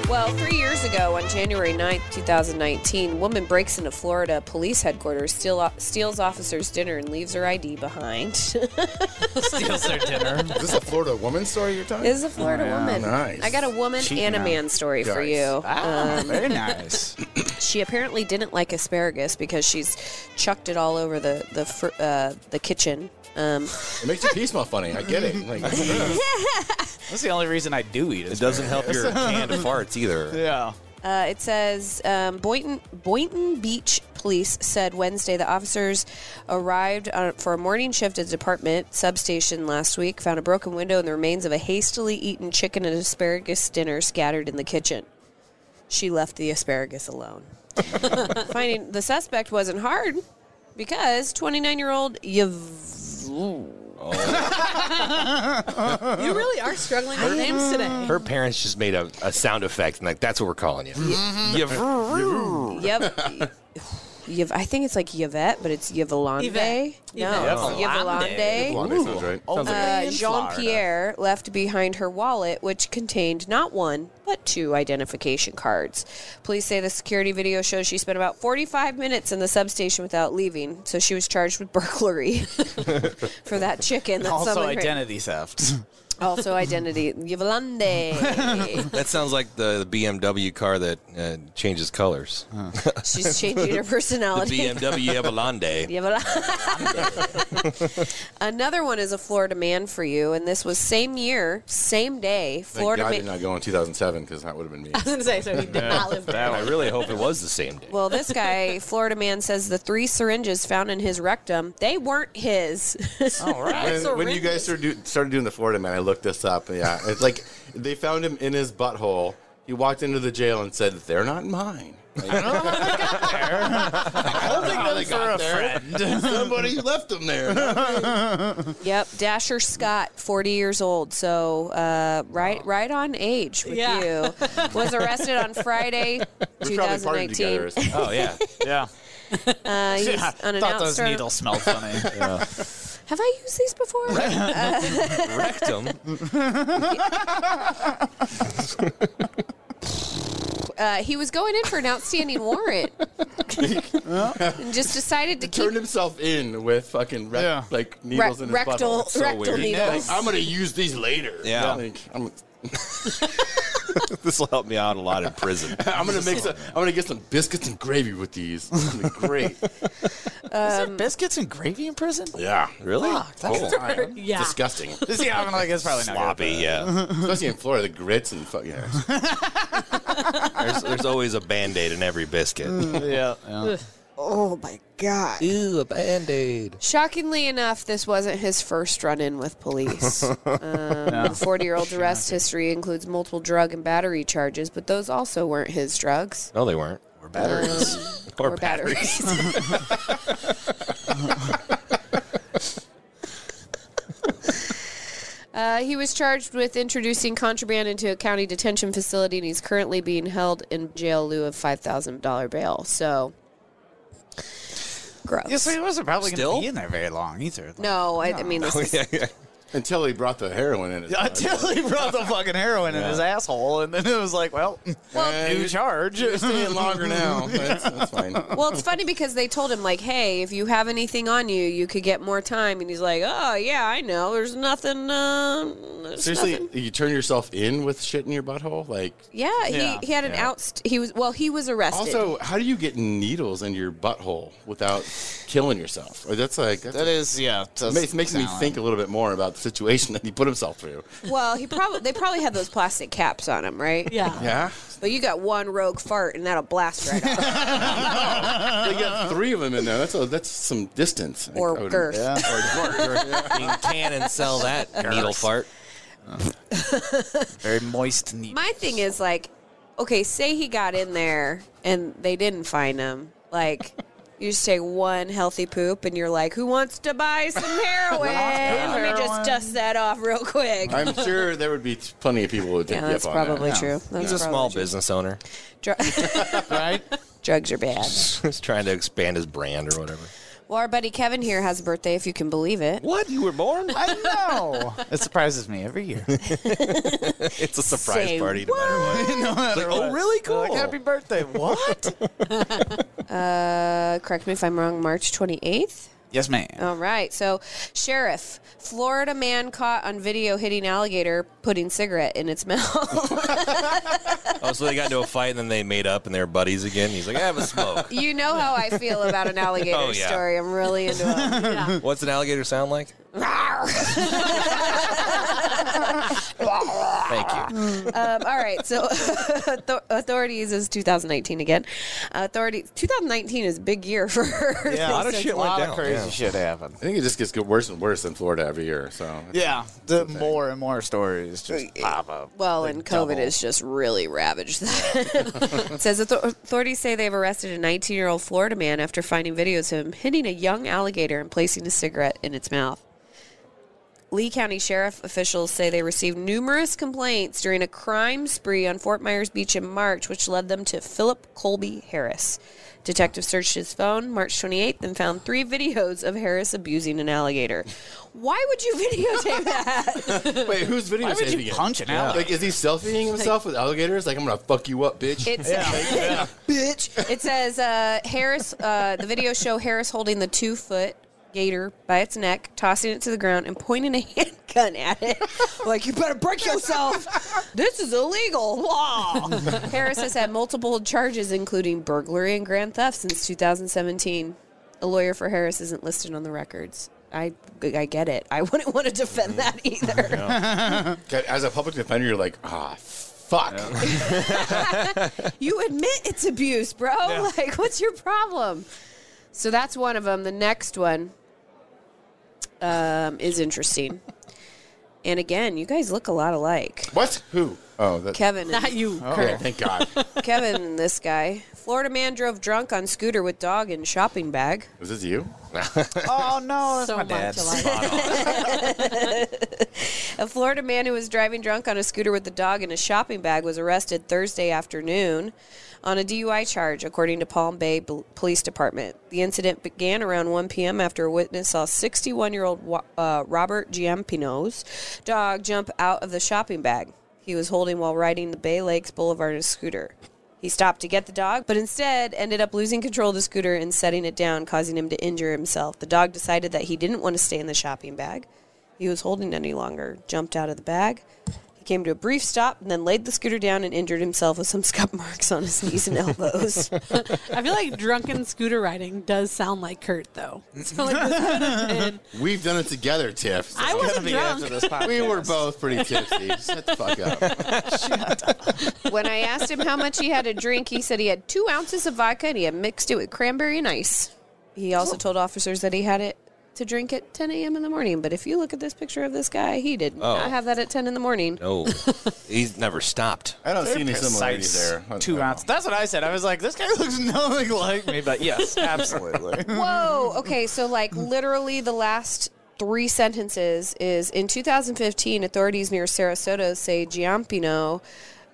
Well, three years ago, on January 9th, 2019, woman breaks into Florida police headquarters, steal, steals officer's dinner, and leaves her ID behind. [laughs] Steals their dinner. Is this a Florida woman story you're talking? this is a Oh, Florida woman. Nice. I got a woman Cheating and a on man story for guys. you. Ah, very nice. She apparently didn't like asparagus because she's chucked it all over the the fr- uh, the kitchen. Um, It makes your pee smell funny. I get it. [laughs] Like, That's the only reason I do eat It it. doesn't help your canned [laughs] farts [laughs] either. Yeah. uh, it says um, Boynton Boynton Beach Police said Wednesday the officers arrived on, for a morning shift at department substation last week. Found a broken window and the remains of a hastily eaten chicken and asparagus dinner scattered in the kitchen. She left the asparagus alone. [laughs] Finding the suspect wasn't hard because 29 year old Yav. [laughs] you really are struggling with names today. Her parents just made a, a sound effect, and like that's what we're calling you. [laughs] Yep. Yav- I think it's like Yvette, but it's Yvonde. Yvette. No, it's Yvonde. Blonde sounds right. Sounds like Uh, Jean Pierre left behind her wallet, which contained not one, but two identification cards. Police say the security video shows she spent about 45 minutes in the substation without leaving, so she was charged with burglary [laughs] for that chicken. That Also someone- identity [laughs] theft. Also identity. Yvonde. That sounds like the, the BMW car that uh, changes colors. She's changing her The personality. BMW [laughs] Evolande. Yeah, but- Another one is a Florida man for you, and this was same year, same day. Thank Florida God I man. did not go in 2007 because that would have been me. I was going to say, so he did not live there. I really hope it was the same day. Well, this [laughs] guy, Florida man, says the three syringes found in his rectum they weren't his. Oh. All right. When, when you guys started, do, started doing the Florida man, I looked this up. Yeah, it's like they found him in his butthole. He walked into the jail and said, "They're not mine." Like, I don't know how they got there. [laughs] I don't think they got there. [laughs] Somebody left them [laughs] there. [laughs] yep, Dasher Scott, forty years old, so uh, right, right on age with Yeah. you, was arrested on Friday, We probably partied together. 2019. [laughs] or something. Oh yeah, Yeah. Uh, he's Yeah, on an thought those outstro- needles smelled funny. [laughs] Have I used these before? Uh, Rectum. uh, he was going in for an outstanding warrant and just decided to keep Turned himself in with fucking rec- Yeah. like needles in his rectal- butthole. It's so rectal weird. needles. Like, I'm gonna use these later. Yeah. Like, I'm, this will help me out a lot in prison. I'm gonna make some. I'm gonna get some biscuits and gravy with these. It's gonna be [laughs] great. Is there biscuits and gravy in prison? yeah. Really? Cool. [laughs] Yeah. Disgusting. Is he having like it's probably not good, Sloppy, yeah. Especially in Florida, the grits and fucking. Yeah. There's, there's always a band aid in every biscuit. but- Yeah. yeah. Oh my god. Ew, a band aid. Shockingly enough, this wasn't his first run in with [laughs] police. Um, The 40 year old's arrest history includes multiple drug and battery charges, but those also weren't his drugs. No, they weren't. Or batteries. or or batteries. batteries. Uh, he was charged with introducing contraband into a county detention facility, and he's currently being held in jail lieu of five thousand dollar bail. So, gross. Yeah, so he wasn't probably going Still? to be in there very long either. no, I, I mean, this is, yeah, yeah. Until he brought the heroin in. His Until he [laughs] brought the fucking heroin in his asshole, and then it was like, well, Well, [laughs] new you're- charge. [laughs] You're staying longer now. That's, that's fine. well, it's funny because they told him like, "Hey, if you have anything on you, you could get more time," and he's like, "Oh yeah, I know. There's nothing. Um, there's Seriously, nothing." you turn yourself in with shit in your butthole? Like, Yeah, Yeah, he, he had an yeah. out. He was well. He was arrested. also, how do you get needles in your butthole without killing yourself? Or That's like, that's That is, yeah. it makes, makes me valid. think a little bit more about the situation that he put himself through. [laughs] well, he probably they probably had those plastic caps on him, right? Yeah. Yeah? But you got one rogue fart, and that'll blast right off. They Uh-huh. got three of them in there. That's a, that's some distance. Or I would- girth. Or girth. [laughs] You can and sell that needle fart. Very moist needle. My thing is like, okay, say he got in there and they didn't find him. Like, you just take one healthy poop and you're like, who wants to buy some heroin? Let me just dust that off real quick. I'm sure there would be plenty of people who would take yeah, you up that's on probably that. true. That's He's a probably [laughs] small true. business owner. Dr- right? [laughs] Drugs are bad. [laughs] He's trying to expand his brand or [laughs] whatever. Well, our buddy Kevin here has a birthday, if you can believe it. What? You were born? I know. It surprises me every year. It's a surprise Say party, no matter what. [laughs] no matter Like, oh, what. really? They're like, Cool. Happy birthday. What? Uh, correct me if I'm wrong, March 28th? [laughs] yes, ma'am. All right. So, sheriff, Florida man caught on video hitting alligator, putting cigarette in its [laughs] mouth. Oh, so they got into a fight and then they made up and they were buddies again. He's like, I have a [laughs] smoke. you know how I feel about an alligator [laughs] Oh, yeah. story. I'm really into them. What's an alligator sound [laughs] like? Thank you. Um, all right. So, [laughs] author- authorities is 2019 again. Uh, Authorities 2019 is big year for. [laughs] A Yeah, lot of shit a went lot of down, crazy yeah. shit happened. I think it just gets good- worse and worse in Florida every year. So Yeah, the more and more stories just pop up. Well, Like and COVID double. has just really ravaged that. [laughs] it says author- authorities say they've arrested a 19 year old Florida man after finding videos of him hitting a young alligator and placing a cigarette in its mouth. Lee County Sheriff officials say they received numerous complaints during a crime spree on Fort Myers Beach in March, which led them to Philip Colby Harris. Detectives searched his phone March 28th and found three [laughs] videos of Harris abusing an alligator. Why would you [laughs] videotape that? [laughs] wait, who's videotaping? would you it? punch an alligator? Like, is he selfieing himself with alligators? Like, I'm gonna fuck you up, bitch. [laughs] It's bitch. It says uh, Harris. Uh, the video show Harris holding the two foot gator by its neck, tossing it to the ground, and pointing a [laughs] handgun at it. like you better [laughs] break yourself. this is illegal. Law. [laughs] Harris has had multiple charges, including burglary and grand theft, since 2017. A lawyer for Harris isn't listed on the records. I I get it. I wouldn't want to defend that either. God, As a public defender, you're like, ah, fuck. You admit it's abuse, bro. [laughs] Like, what's your problem? So that's one of them. The next one um, is interesting. And again, you guys look a lot alike. What? Who? Oh, that, Kevin. [laughs] Not you, Oh, Kurt. thank God. Kevin and this guy. Florida man drove drunk on scooter with dog in shopping bag. Is this you? [laughs] Oh no, that's So my much dad. alike. [laughs] A Florida man who was driving drunk on a scooter with a dog in a shopping bag was arrested Thursday afternoon on a DUI charge, according to Palm Bay Bl- Police Department. The incident began around 1 p.m. after a witness saw 61 year old wa- uh, Robert Giampino's dog jump out of the shopping bag he was holding while riding the Bay Lakes Boulevard in a scooter. He stopped to get the dog, but instead ended up losing control of the scooter and setting it down, causing him to injure himself. The dog decided that he didn't want to stay in the shopping bag he was holding any longer, jumped out of the bag. He came to a brief stop and then laid the scooter down and injured himself with some [laughs] scuff marks on his knees and elbows. I feel like drunken scooter riding does sound like Kurt, though. [laughs] So like, this could have been. We've done it together, Tiff. I wasn't drunk. [laughs] we were both pretty tipsy. Shut the fuck [laughs] up. when I asked him how much he had to drink, he said he had two ounces of vodka and he had mixed it with cranberry and ice. He also told officers that he had it to drink at 10 a.m. in the morning. But if you look at this picture of this guy, he did Oh. not have that at 10 in the morning. No, he's never stopped. I don't see any similarities Precise. there. I- I Two don't ounces. know. That's what I said. I was like, this guy looks nothing like me, but yes, [laughs] absolutely. Whoa. Okay. So, like, literally the last three sentences is in 2015, authorities near Sarasota say Giampino.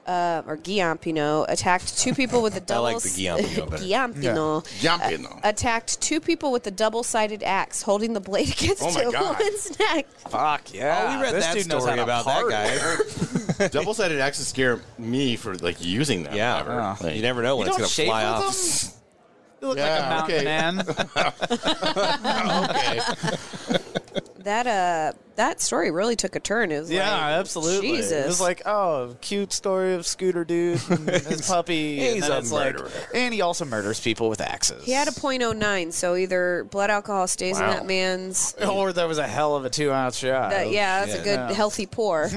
Uh, or Giampino attacked two people with a [laughs] I double. like [laughs] the Giampino better. Giampino Giampino. Uh, attacked two people with a double-sided axe, holding the blade [laughs] against Oh my a God. woman's neck. Fuck yeah. Oh, we read this that dude knows story how to about that party. guy. Double-sided axes scare me for like using them. [laughs] Yeah, ever. Yeah. Like, you never know when You it's don't gonna shave fly with off. them? [laughs] You look Yeah, like a okay. mountain man. Okay. That uh, that story really took a turn. It was Yeah, like, absolutely. Jesus. It was like, oh, cute story of Scooter [laughs] Dude and his puppy. and he's then a it's like- murderer. and he also murders people with axes. he had a .09, so either blood alcohol stays in Wow. that man's. [laughs] Or there was a hell of a two ounce shot. That, yeah, that's a Oh, shit. good healthy pour.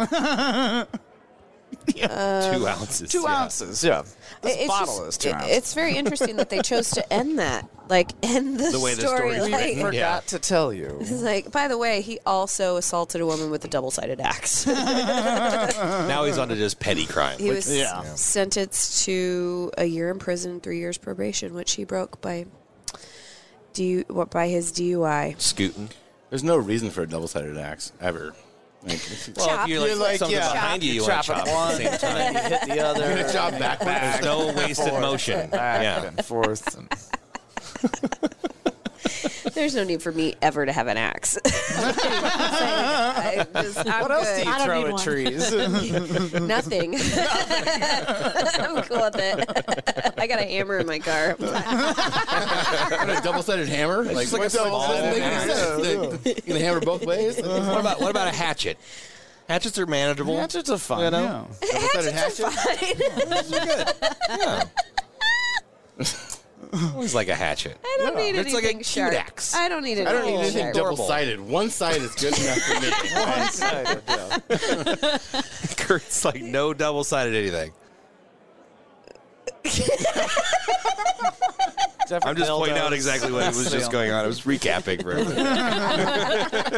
two ounces. Two yeah. ounces, yeah. This It- it's bottle just- is two it- ounces. It's very interesting that they chose to end that, like end the, The way the story. story's like, written. Forgot Yeah. to tell you. it's like, by the way, he also assaulted a woman with a double-sided axe. [laughs] Now he's onto just petty crime. [laughs] he was yeah. Yeah. sentenced to a year in prison, three years probation, which he broke by. Do what by his DUI? scooting. There's no reason for a double-sided axe ever. Like, it's- Well, Chop. if you're like, You're like, something yeah, behind you, you want chop to chop it one, at the [laughs] same time. you hit the other. [laughs] Good job, back There's [laughs] no wasted motion. Back Yeah. and forth. [laughs] And There's no need for me ever to have an axe. [laughs] I just- I'm what else do good. you I don't throw need at one. [laughs] trees? Nothing. [laughs] I'm cool with it. [laughs] I got a hammer in my car. a double-sided hammer? Like, just like a what's that- small that doesn't make axe. any sense. Like, You can hammer both ways? What about what about a hatchet? Hatchets are manageable. Hatchets are fun. You know? yeah. [laughs] Double-sided hatchet? Always like a hatchet. I don't need It's anything like a cute sharp. axe. I don't need anything I don't need anything sharp. double-sided. One side is good enough for me. [laughs] Kurt's like no double sided anything. I'm just pointing out exactly what was just going on. I was recapping for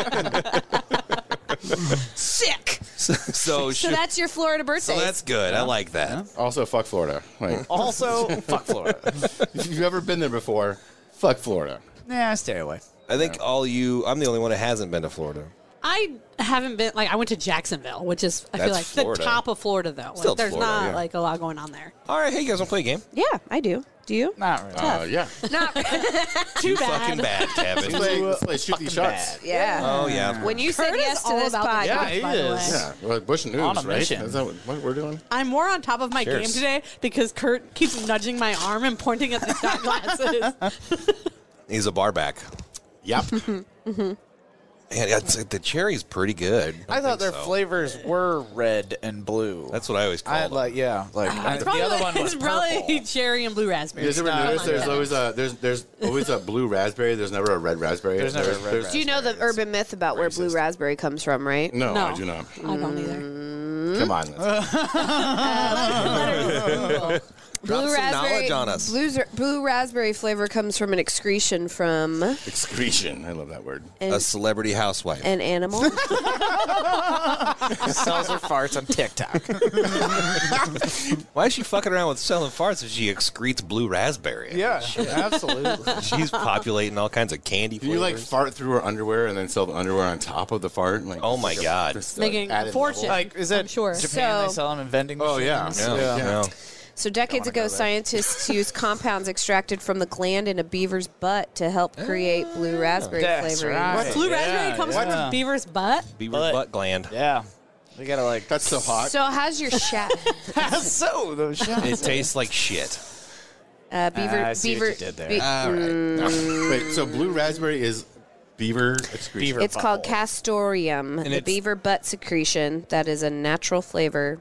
everyone. Sick. So, so, So should- that's your Florida birthday. so that's good. I like that. Also, fuck Florida. Like, Oh. Also, fuck Florida. if you've ever been there before, fuck Florida. [laughs] Nah, stay away. I think all you. I'm the only one that hasn't been to Florida. I haven't been like I went to Jacksonville, which is I feel That's like Florida. the top of Florida though. Like, Still there's Florida, not yeah. like a lot going on there. All right, hey, you guys want to play a game? yeah, I do. Do you? Not really. Uh, yeah. Not. Too bad. Fucking bad, Kevin. [laughs] Let's play, let's play shoot these shots. yeah. Uh, Oh yeah. When you said Kurt is yes to all this about the podcast, Yeah, he by the is. way. Yeah, well, Bush News, On a right? mission. Is that what, what we're doing? I'm more on top of my Cheers. game today because Kurt keeps nudging my arm and pointing at the shot glasses. He's a bar back. [laughs] Yep. Mm-hmm. And it's like the cherry's pretty good. I thought think their so. flavors were red and blue. That's what I always call I them. like, yeah, like I- the Probably- other one was it's probably purple. cherry and blue raspberry. You guys ever Come notice on, there's Kevin. always a there's there's always a blue raspberry. There's never a red raspberry. There's never a red do you know the urban myth about where blue raspberry comes from? Right? No, No. I do not. I don't either. Come on. that's- Drop some knowledge on us. Blue, zer- blue raspberry flavor comes from an excretion from Excretion. I love that word. a an, celebrity housewife. an [laughs] animal. Sells her farts on [laughs] TikTok. Why is she fucking around with selling farts if she excretes blue raspberry? [laughs] Yeah, absolutely. She's populating all kinds of candy Can you like flavors. fart through her underwear and then sell the underwear on top of the fart? Like, Oh my God. this, uh, Making added a fortune. level. like, is that I'm sure. Japan? they So- sell them in vending Oh, yeah. machines? yeah, Yeah. yeah. So decades ago, scientists used compounds extracted from the gland in a beaver's butt to help create blue raspberry That's flavoring. right. Blue raspberry Yeah, comes yeah. from beaver's butt. Beaver But- butt gland. Yeah. We gotta [laughs] like. That's so hot. So how's your shot? so those It tastes like shit. Uh, beaver, I see what beaver. you did there. be- Wait, so blue raspberry is beaver excretion. Beaver. it's called butthole. castorium, the it's- beaver butt secretion that is a natural flavor.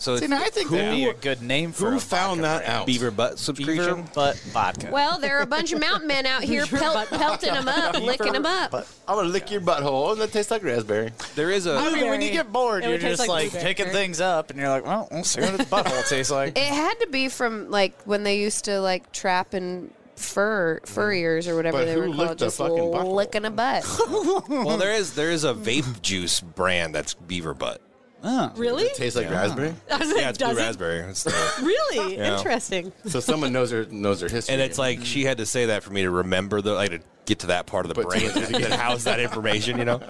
So See, it's now I think that'd be a good name for Who a found that out? beaver butt Beaver subscription. butt vodka. Well, there are a bunch [laughs] of mountain men out here pelt, pelting them up, licking them up. I'm gonna lick your butthole, and that tastes like raspberry. There is I a [laughs] mean, when you get bored, It you're would taste just like like, blueberry, picking right? things up, and you're like, well, we'll see what its butthole tastes [laughs] like. It had to be from like when they used to like trap and fur furriers or whatever But they who were licked called, the just fucking butthole? licking a butt. well, there is there is a vape juice brand that's beaver [laughs] butt. Really? It tastes like raspberry. I was like, Yeah, it's blue does it? raspberry. It's the- Really? Yeah. Interesting. So someone knows her knows her history. and it's like she had to say that for me to remember the like to get to that part of the But- brain that, [laughs] that housed that information. You know, [laughs]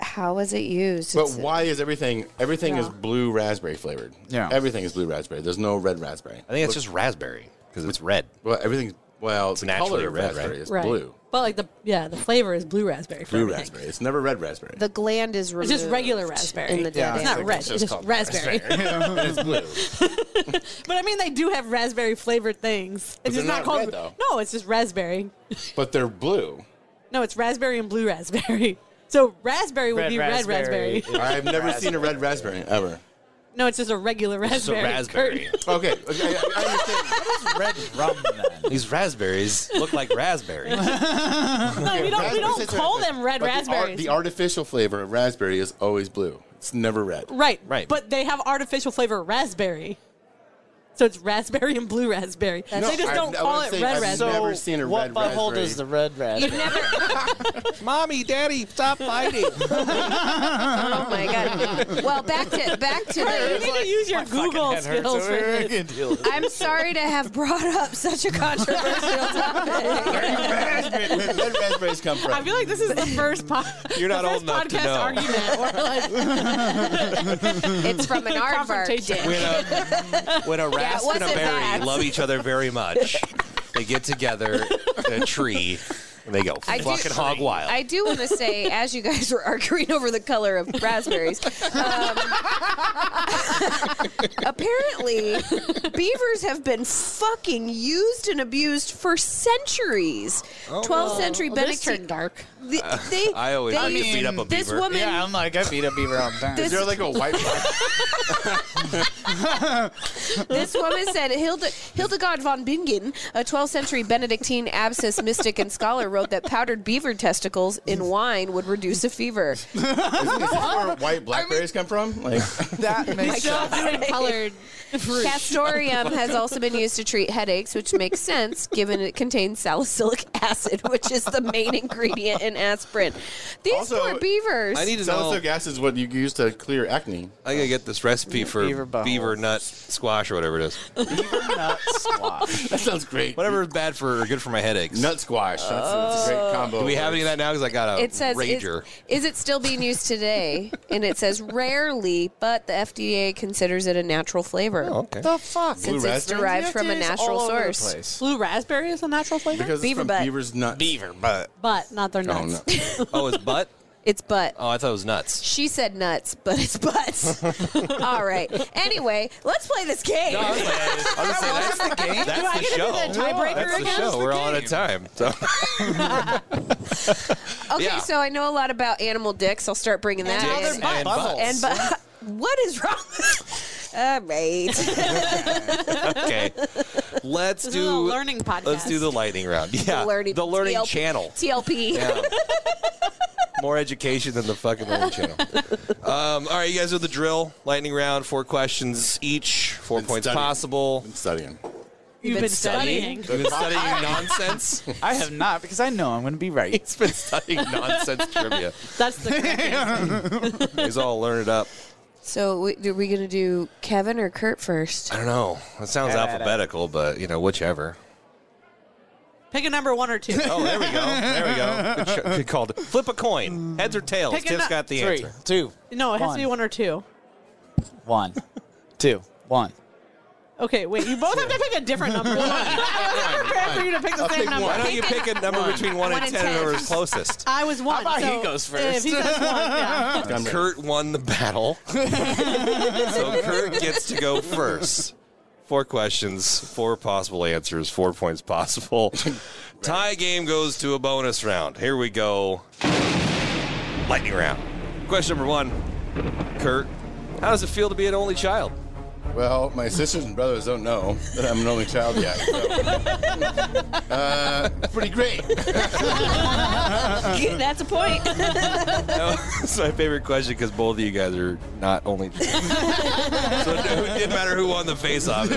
How was it used? But It's- why is everything everything is Yeah. blue raspberry flavored? Yeah. everything is blue raspberry. There's no red raspberry. I think it's just raspberry because it's red. Well, everything's well, the naturally color of red, raspberry right? is Right. blue. But like the yeah, the flavor is blue raspberry. for Blue everything. raspberry. It's never red raspberry. The gland is It's removed. just regular raspberry. In the Yeah, dead It's end. not red. It's just, raspberary. And [laughs] it's blue. But I mean, they do have raspberry flavored things. It's they're just not not called. red, though. no, it's just raspberry. but they're blue. No, it's raspberry and blue raspberry. [laughs] So raspberry would Red be red raspberry. raspberry. I've never seen a red raspberry ever. No, it's just a regular It's a raspberry. raspberry. Kurt. Okay, okay, I- I understand. Red rum, then. These raspberries look like raspberry. [laughs] No, we don't. [laughs] We don't Raspberries are call raspberry. them red But the ar- raspberries. The, artificial flavor of raspberry is always blue. It's never red. right. Right. But they have artificial flavor raspberry. So it's raspberry and blue raspberry. they just I- don't I call would it say red I've raspberry. never seen a what red butthole raspberry. does the red raspberry? [laughs] Mommy, daddy, [laughs] stop fighting. Oh my god. [laughs] Well, back to back to You the. need to use your Google skills for this. [laughs] I'm sorry to have brought up such a controversial [laughs] topic. Raspberry- Where did red raspberries come from? I feel like this is the first, po- [laughs] You're not the old enough first to podcast know. argument [laughs] where like It's from [laughs] an aardvark. Mm. confrontation. When a, when a rasp and a wasn't berry that. love each other very much, they get together in a tree and they go I do- fucking hog wild. I do want to say, as you guys were [laughs] arguing over the color of raspberries, um, [laughs] apparently beavers have been fucking used and abused for centuries. Oh, 12th century Well, this Benedict- turned dark. They, they- I always they like to used- beat up a this beaver. woman. yeah, I'm like, I beat a beaver on time. is there like [laughs] a white [laughs] This woman said Hilde, Hildegard von Bingen, a 12th century Benedictine abscess mystic and scholar, wrote that powdered beaver testicles in wine would reduce a fever. [laughs] where white blackberries come from? Like [laughs] that makes sense. colored fruit. Castorium has also been used to treat headaches, which makes sense given it contains salicylic acid, which is the [laughs] main ingredient in aspirin. These Also, poor beavers. I need to know. salicylic acid is what you use to clear acne. I gotta get this recipe for Beaver beaver, butthole. nut squash or whatever it is. Nut squash. [laughs] That sounds great. Whatever is bad for or good for my headaches. Nut squash. That's, that's a great combo. Do we have any of that now? Because I got a it says is, rager. is it still being used today? and it says rarely, but the FDA considers it a natural flavor. Oh, okay. the fuck? Since it's raspberry? derived from a natural source. Blue raspberry is a natural flavor, Because Beaver it's from butt. beaver's nuts. Beaver butt. but not their Oh, nuts. no. Oh, it's butt. It's butt. Oh, I thought it was [laughs] nuts. She said nuts, but it's [laughs] butts. All right. Anyway, let's play this game. that's the game. Do I That's the get to do show. that tiebreaker That's the again? show. We're all out of time. [laughs] So. okay, yeah. so I know a lot about animal dicks. I'll start bringing that how in. they're and buttholes. And but [laughs] what is wrong? with- All right. [laughs] okay. Let's This do is a learning podcast. Let's do the lightning round. [laughs] Yeah, learning, [laughs] the learning TLP channel. TLP. Yeah. More education than the fucking Learning Channel. Um, all right, you guys do the drill. Lightning round, four questions each, four points studying. possible. Been studying. You've been studying. You've been [laughs] studying nonsense. I have not because I know I'm going to be right. It's been [laughs] studying nonsense trivia. That's [laughs] the correct answer. He's all learned up. So, we, are we going to do Kevin or Kurt first? I don't know. It sounds Yeah, alphabetical, but you know, whichever. Pick a number one [laughs] or two. Oh, there we go. There we go. Good, sh- good call. Flip a coin. Heads or tails. Pick a Tiff's nu- got the Three, answer. two, No, it has to be One. one or two. one, two, one. Okay, wait. You both have to pick a different number. [laughs] [laughs] I wasn't prepared for you to pick the same number. Why don't you pick a number between one, and ten, whoever's closest? I was one. about so he goes If first? he says one, yeah. Done with it. Kurt won the battle, so Kurt gets to go first. Four questions, four possible answers, four points possible. Tie game goes to a bonus round. Here we go. Lightning round. Question number one. Kurt, how does it feel to be an only child? Well, my sisters and brothers don't know that I'm an only child yet. So. uh, pretty great. [laughs] [laughs] That's a point. That's my favorite question because both of you guys are not only. so it didn't matter who won the face off.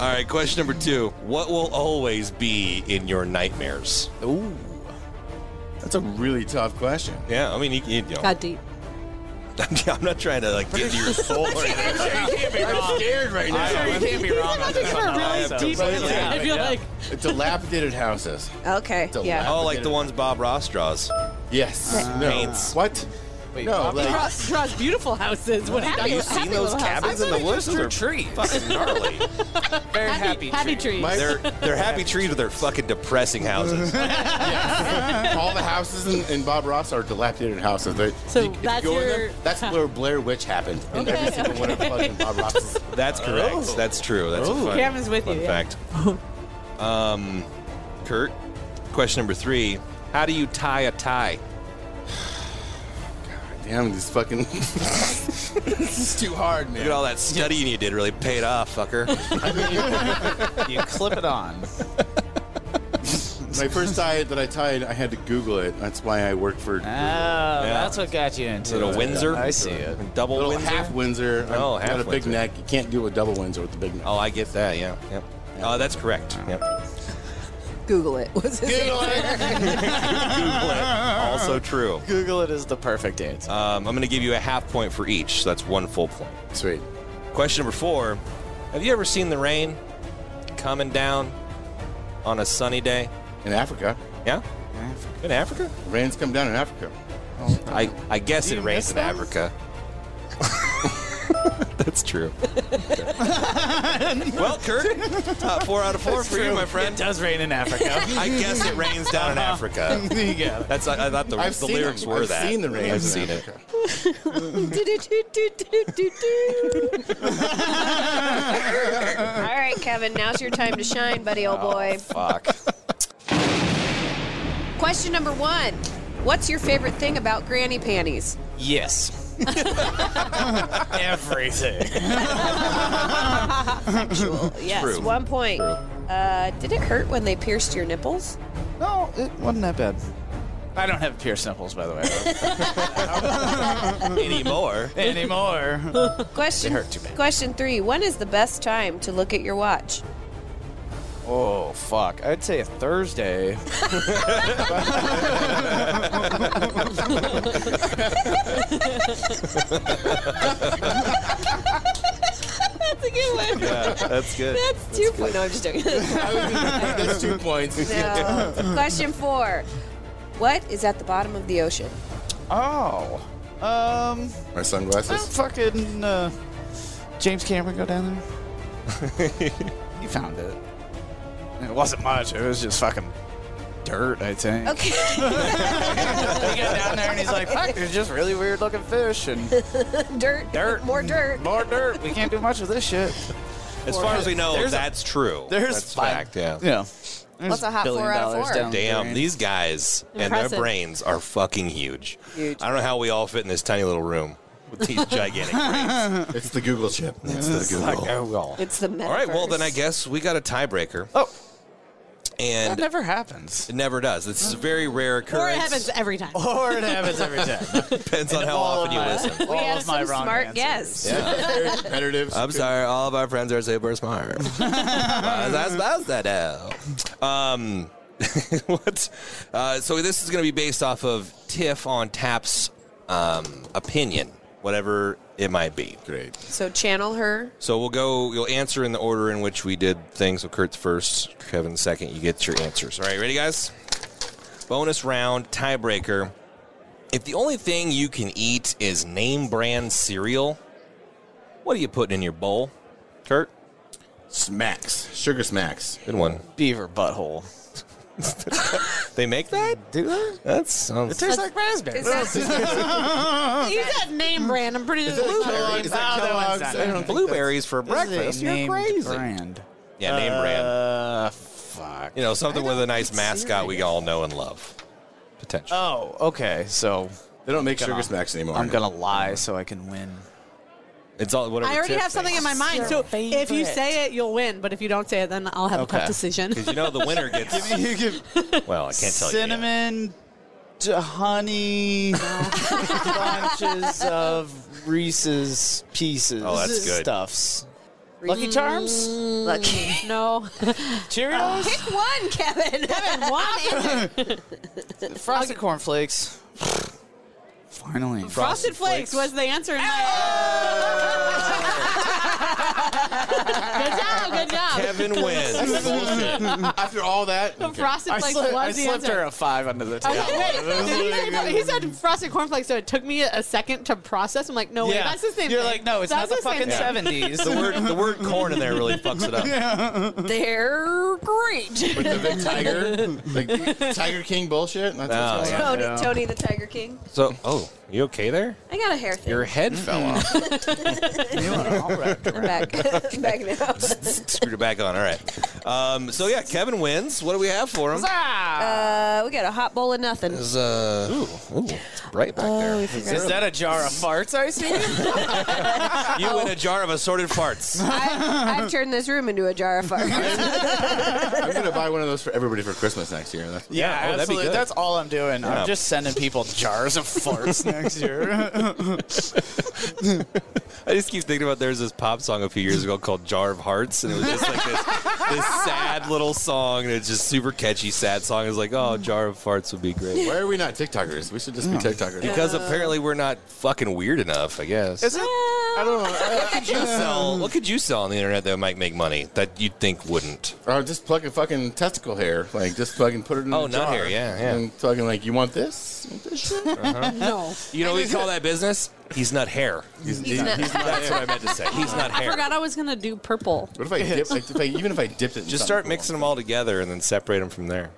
All right, question number two. What will always be in your nightmares? Ooh, that's a really tough question. Yeah, I mean, you, you know, Got deep. [laughs] I'm not trying to like get to your soul. Or anything. I'm scared right now. you can't be wrong on this one. I have to- I feel like Dilapidated houses. Okay. It's a Yeah. lot. Oh, like the ones Bob Ross draws. Yes. no. Paints. What? no. Like, draws, draws beautiful houses. What Have happy, you happy seen those little house. cabins in the woods? Those are Tree. fucking gnarly. Very happy. Happy, happy trees. my, They're they're happy trees, but they're fucking depressing houses. all the houses in, in Bob Ross are dilapidated houses. They, So if that's go in them, your- that's where Blair Witch happened. In every single one [laughs] of fucking Bob Ross's. That's correct. That's true. That's a fun, Cameron's with fun you, yeah. fact. um, Kurt, question number three: How do you tie a tie? Damn, these fucking. [laughs] this is too hard, man. Look at all that studying you did. Really paid off, fucker. You clip it on. [laughs] My first diet that I tied, I had to Google it. That's why I work for [laughs] Oh, Ah. Google. that's what got you into Little it. Windsor. I see it. Double little Windsor. half Windsor. I'm Oh, half got a big Windsor. neck. You can't do a double Windsor with the big neck. oh, I get that. Yeah. Yep. Oh, that's correct. Yep. Google it. [laughs] What's his Google it. Also true. Google it is the perfect answer. Um, I'm going to give you a half point for each, so that's one full point. [laughs] Sweet. Question number four: Have you ever seen the rain coming down on a sunny day? In Africa, Yeah. In Africa? rains come down in Africa. I, I guess it You rains in miss those? Africa. That's true. well, Kurt, top four out of four for you, my It friend. does rain in [laughs] Africa. I guess it rains down in Africa. yeah. That's I, I thought the, I've the seen lyrics it. were I've that. seen the rains. I've in seen it. Africa. [laughs] All right, Kevin, now's your time to shine, buddy, old boy. Fuck. Question number one What's your favorite thing about granny panties? [laughs] Yes. Everything. Yes, True. one point. Uh, did it hurt when they pierced your nipples? No, it wasn't that bad. I don't have pierced nipples, by the way, [laughs] [laughs] Anymore. anymore. [laughs] Question, hurt too bad. question three When is the best time to look at your watch? Oh fuck! I'd say a Thursday. That's a good one. Yeah, that's [laughs] good. That's two points. No, I'm just joking. That's two points. [laughs] [laughs] No. Question four. What is at the bottom of the ocean? Oh, um, My well, sunglasses. fucking uh, James Cameron go down there. [laughs] he found it. It wasn't much. It was just fucking dirt, I think. Okay. [laughs] He got down there and he's like, "Fuck, there's just really weird looking fish [laughs] and dirt. Dirt. More dirt. more dirt. We can't do much with this shit." As far as we know, There's a- that's true. there's that's five- fact. Yeah. Yeah. Mm. What's a hot billion four out of dollars four? down the Damn, drain. these guys and Impressive. their brains are fucking huge. Huge. I don't know how we all fit in this tiny little room with [laughs] these gigantic brains. Oh. It's the Google chip. It's the Google. It's the metaverse. [laughs] All right, well then I guess we got a tiebreaker. Oh. And That never happens. It never does. It's a very rare Or it occurrence. happens every time. Or it happens every [laughs] time. Depends on how often you listen. We had some smart guests. I'm sorry, all of our friends are super smart. That's that's that now. Um, [laughs] what? Uh, so this is going to be based off of Tiff on Tap's um, opinion, whatever it might be. Great. So channel her. So we'll go. You'll answer in the order in which we did things. So Kurt's first, Kevin second. You get your answers. All right, ready, guys? Bonus round tiebreaker. If the only thing you can eat is name brand cereal, what are you putting in your bowl, Kurt? Smacks, sugar smacks. Good one. Beaver butthole. [laughs] they make that? Do they? That sounds. It tastes like raspberry. Is [laughs] that- you got name brand. I'm pretty sure. Kellogg's? that Oh, that one's Kellogg's? not- I [laughs] don't think Blueberries for This is a breakfast. You're named crazy. Brand. Yeah, name brand. Uh, Fuck. You know, something with a nice mascot we all know and love. Potential. Oh, okay. So they don't make gonna- sugar smacks anymore. I'm [laughs] gonna lie so I can win. It's all whatever. I already have something in my mind. So if you say it, you'll win. But if you don't say it, then I'll have a tough decision. [laughs] Because you know the winner gets. [laughs] well, I can't tell you. Cinnamon, d- honey, bunches of Reese's pieces. Oh, that's good. Stuffs. Lucky Charms? Mm. Lucky. No. Cheerios? Pick one, Kevin. Kevin, one. Frosted Corn Flakes. Finally. Frosted Flakes was the answer. In my [laughs] good job. Good job. [laughs] Kevin wins. After all that, Frosted I, Flakes slipped- was I the slipped answer. her a five under the table. Okay, wait. [laughs] He said, he said frosted cornflakes, so it took me a second to process. I'm like, no, wait, Yeah. that's the same You're thing. like, no, it's That's not the same fucking thing. 70s. The word, the word corn in there really fucks [laughs] it up. They're great. With the big tiger, [laughs] like Tiger King bullshit. That's Oh, what's going on. Tony, Tony the Tiger King. So, oh, you okay there? I got a hair thing. Your head fell off. I'm back. I'm [laughs] back now. Screwed it back on. All right. Um, so yeah, Kevin wins. What do we have for him? Uh, we got a hot bowl of nothing. Is, uh, ooh, ooh, it's bright back there. Is that a jar of farts I see? [laughs] You win a jar of assorted farts. I've, I've turned this room into a jar of farts. [laughs] I'm gonna buy one of those for everybody for Christmas next year. That's Yeah, oh, that'd be absolutely. good. That's all I'm doing. Yeah. I'm just sending people jars of farts next [laughs] year. [laughs] I just keep thinking about there's this pop song a few years ago called Jar of Hearts, and it was just like this, this sad little song, and it's just super catchy, sad song. It's like, oh, Jar of Farts would be great. Why are we not TikTokers? We should just be TikTokers. Because apparently we're not fucking weird enough, I guess. Is it? I don't know. I- What could you sell? What could you sell on the internet that might make money that you'd think wouldn't? Or just pluck a fucking testicle hair. Like, just fucking put it in Oh, a nut jar. hair, yeah, yeah. And fucking, like, you want this? You want this shit? No. You know what we call that business? He's not hair. He's, he's not, That's what I meant to say. He's not I hair. forgot I was going to do purple. What if I dip, like, if I, even if I dipped it in Just something start cool? mixing them all together and then separate them from there.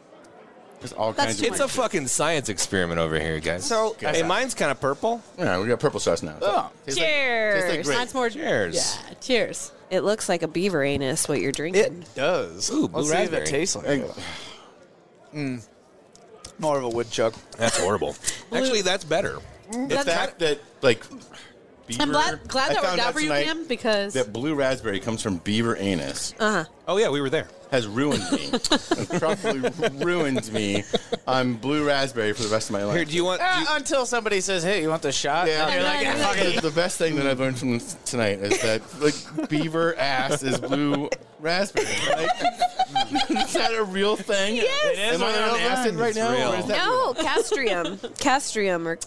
Just all That's kinds too of It's a fucking science experiment over here, guys. So- hey, mine's kind of purple. Yeah, we got purple sauce now. Oh. Tastes like- tastes like Cheers. grape. That's more. Cheers. Yeah, cheers. It looks like a beaver anus what you're drinking. It does. Ooh, blue Let's see if raspberry. it tastes like Hang it. Mm. on. More of a woodchuck. That's horrible. Actually, that's better. It's that, that, like, beaver. I'm glad, glad I that found worked out out for you, tonight Cam, because That blue raspberry comes from beaver anus. Uh. Oh yeah, we were there. has ruined [laughs] me. It probably ruined me on blue raspberry for the rest of my life. Here, do you want? do Uh, you- until somebody says, "Hey, you want the shot?" Yeah, And you're like, Yeah, "Ah, yeah, fuck it." the, the best thing that I've learned from this tonight is that like beaver ass is blue raspberry. Like, [laughs] is that a real thing? Yes. It is Am I what I'm on acid on. right It's now? real. Or is that No, Oh, [laughs] castrium. castrium [laughs] or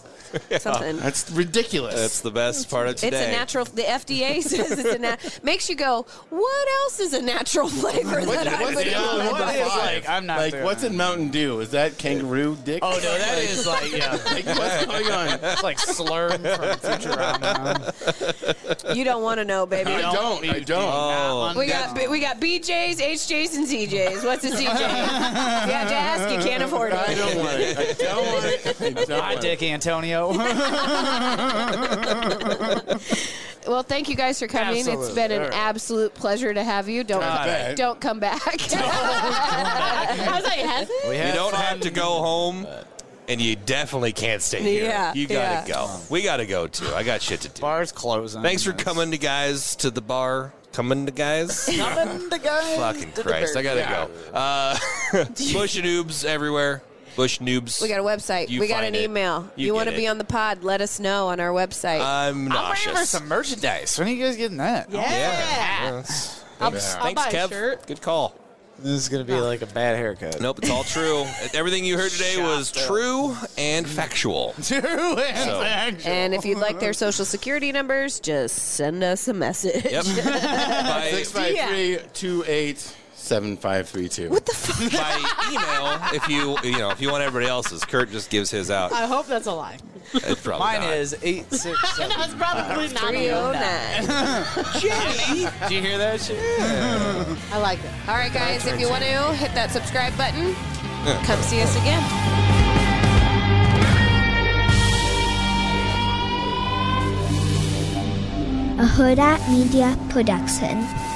something. That's ridiculous. that's the best part of today. It's a natural. The FDA says it's a [laughs] nat. makes you go. What else is a natural [laughs] flavor that I what's would in eat? other Mountain one Dew? is like, I'm not Like, doing what's that. in Mountain Dew? Is that kangaroo dick? Oh no, that is like yeah, [laughs] Like, what's going on? it's like slurm from Futurama. You don't want to know, baby. I don't. I [laughs] don't. Oh, We got we got BJ's, HJ's, and CJ's. What's [laughs] a CJ? you have to ask. You can't afford I it. don't want it. I don't want it. I don't Hi, want it. Dick [laughs] Antonio. Well, thank you guys for coming. It's been an absolute pleasure to have you. Don't bet. don't come back. [laughs] I was like, has it? We You had don't fun. have to go home, and you definitely can't stay here. Yeah, you gotta yeah. go. We gotta go too. I got shit to do. Bars closing. Thanks for That's- coming, to guys, to the bar. Coming to guys. [laughs] Coming to guys. Fucking Christ, I gotta go. Uh, [laughs] Bush noobs everywhere. Bush noobs. We got a website. You we got find an it. email. You You, get want it. Uh, to be on the pod? Let us know on our website. I'm nauseous. merchandise. When are you guys getting that? Yeah. Yeah, that's- I'll- thanks, I'll buy a Kev. shirt. Good call. This is gonna be like a bad [laughs] haircut. Nope, it's all true. Everything you heard today was true and factual. True and So- And if you'd [laughs] like their social security numbers, just send us a message. [laughs] Yep. By- Six five three two eight seven five three two. What the by email, if you you know if you want everybody else's, Kurt just gives his [laughs] out. I hope that's a lie. It's probably Mine not. is eight six. [laughs] [laughs] That's probably not a lie. 309. Did you hear that shit? I like it. All right, guys, if you want to hit that subscribe button, Yeah. come see us again. A Huda Media Production.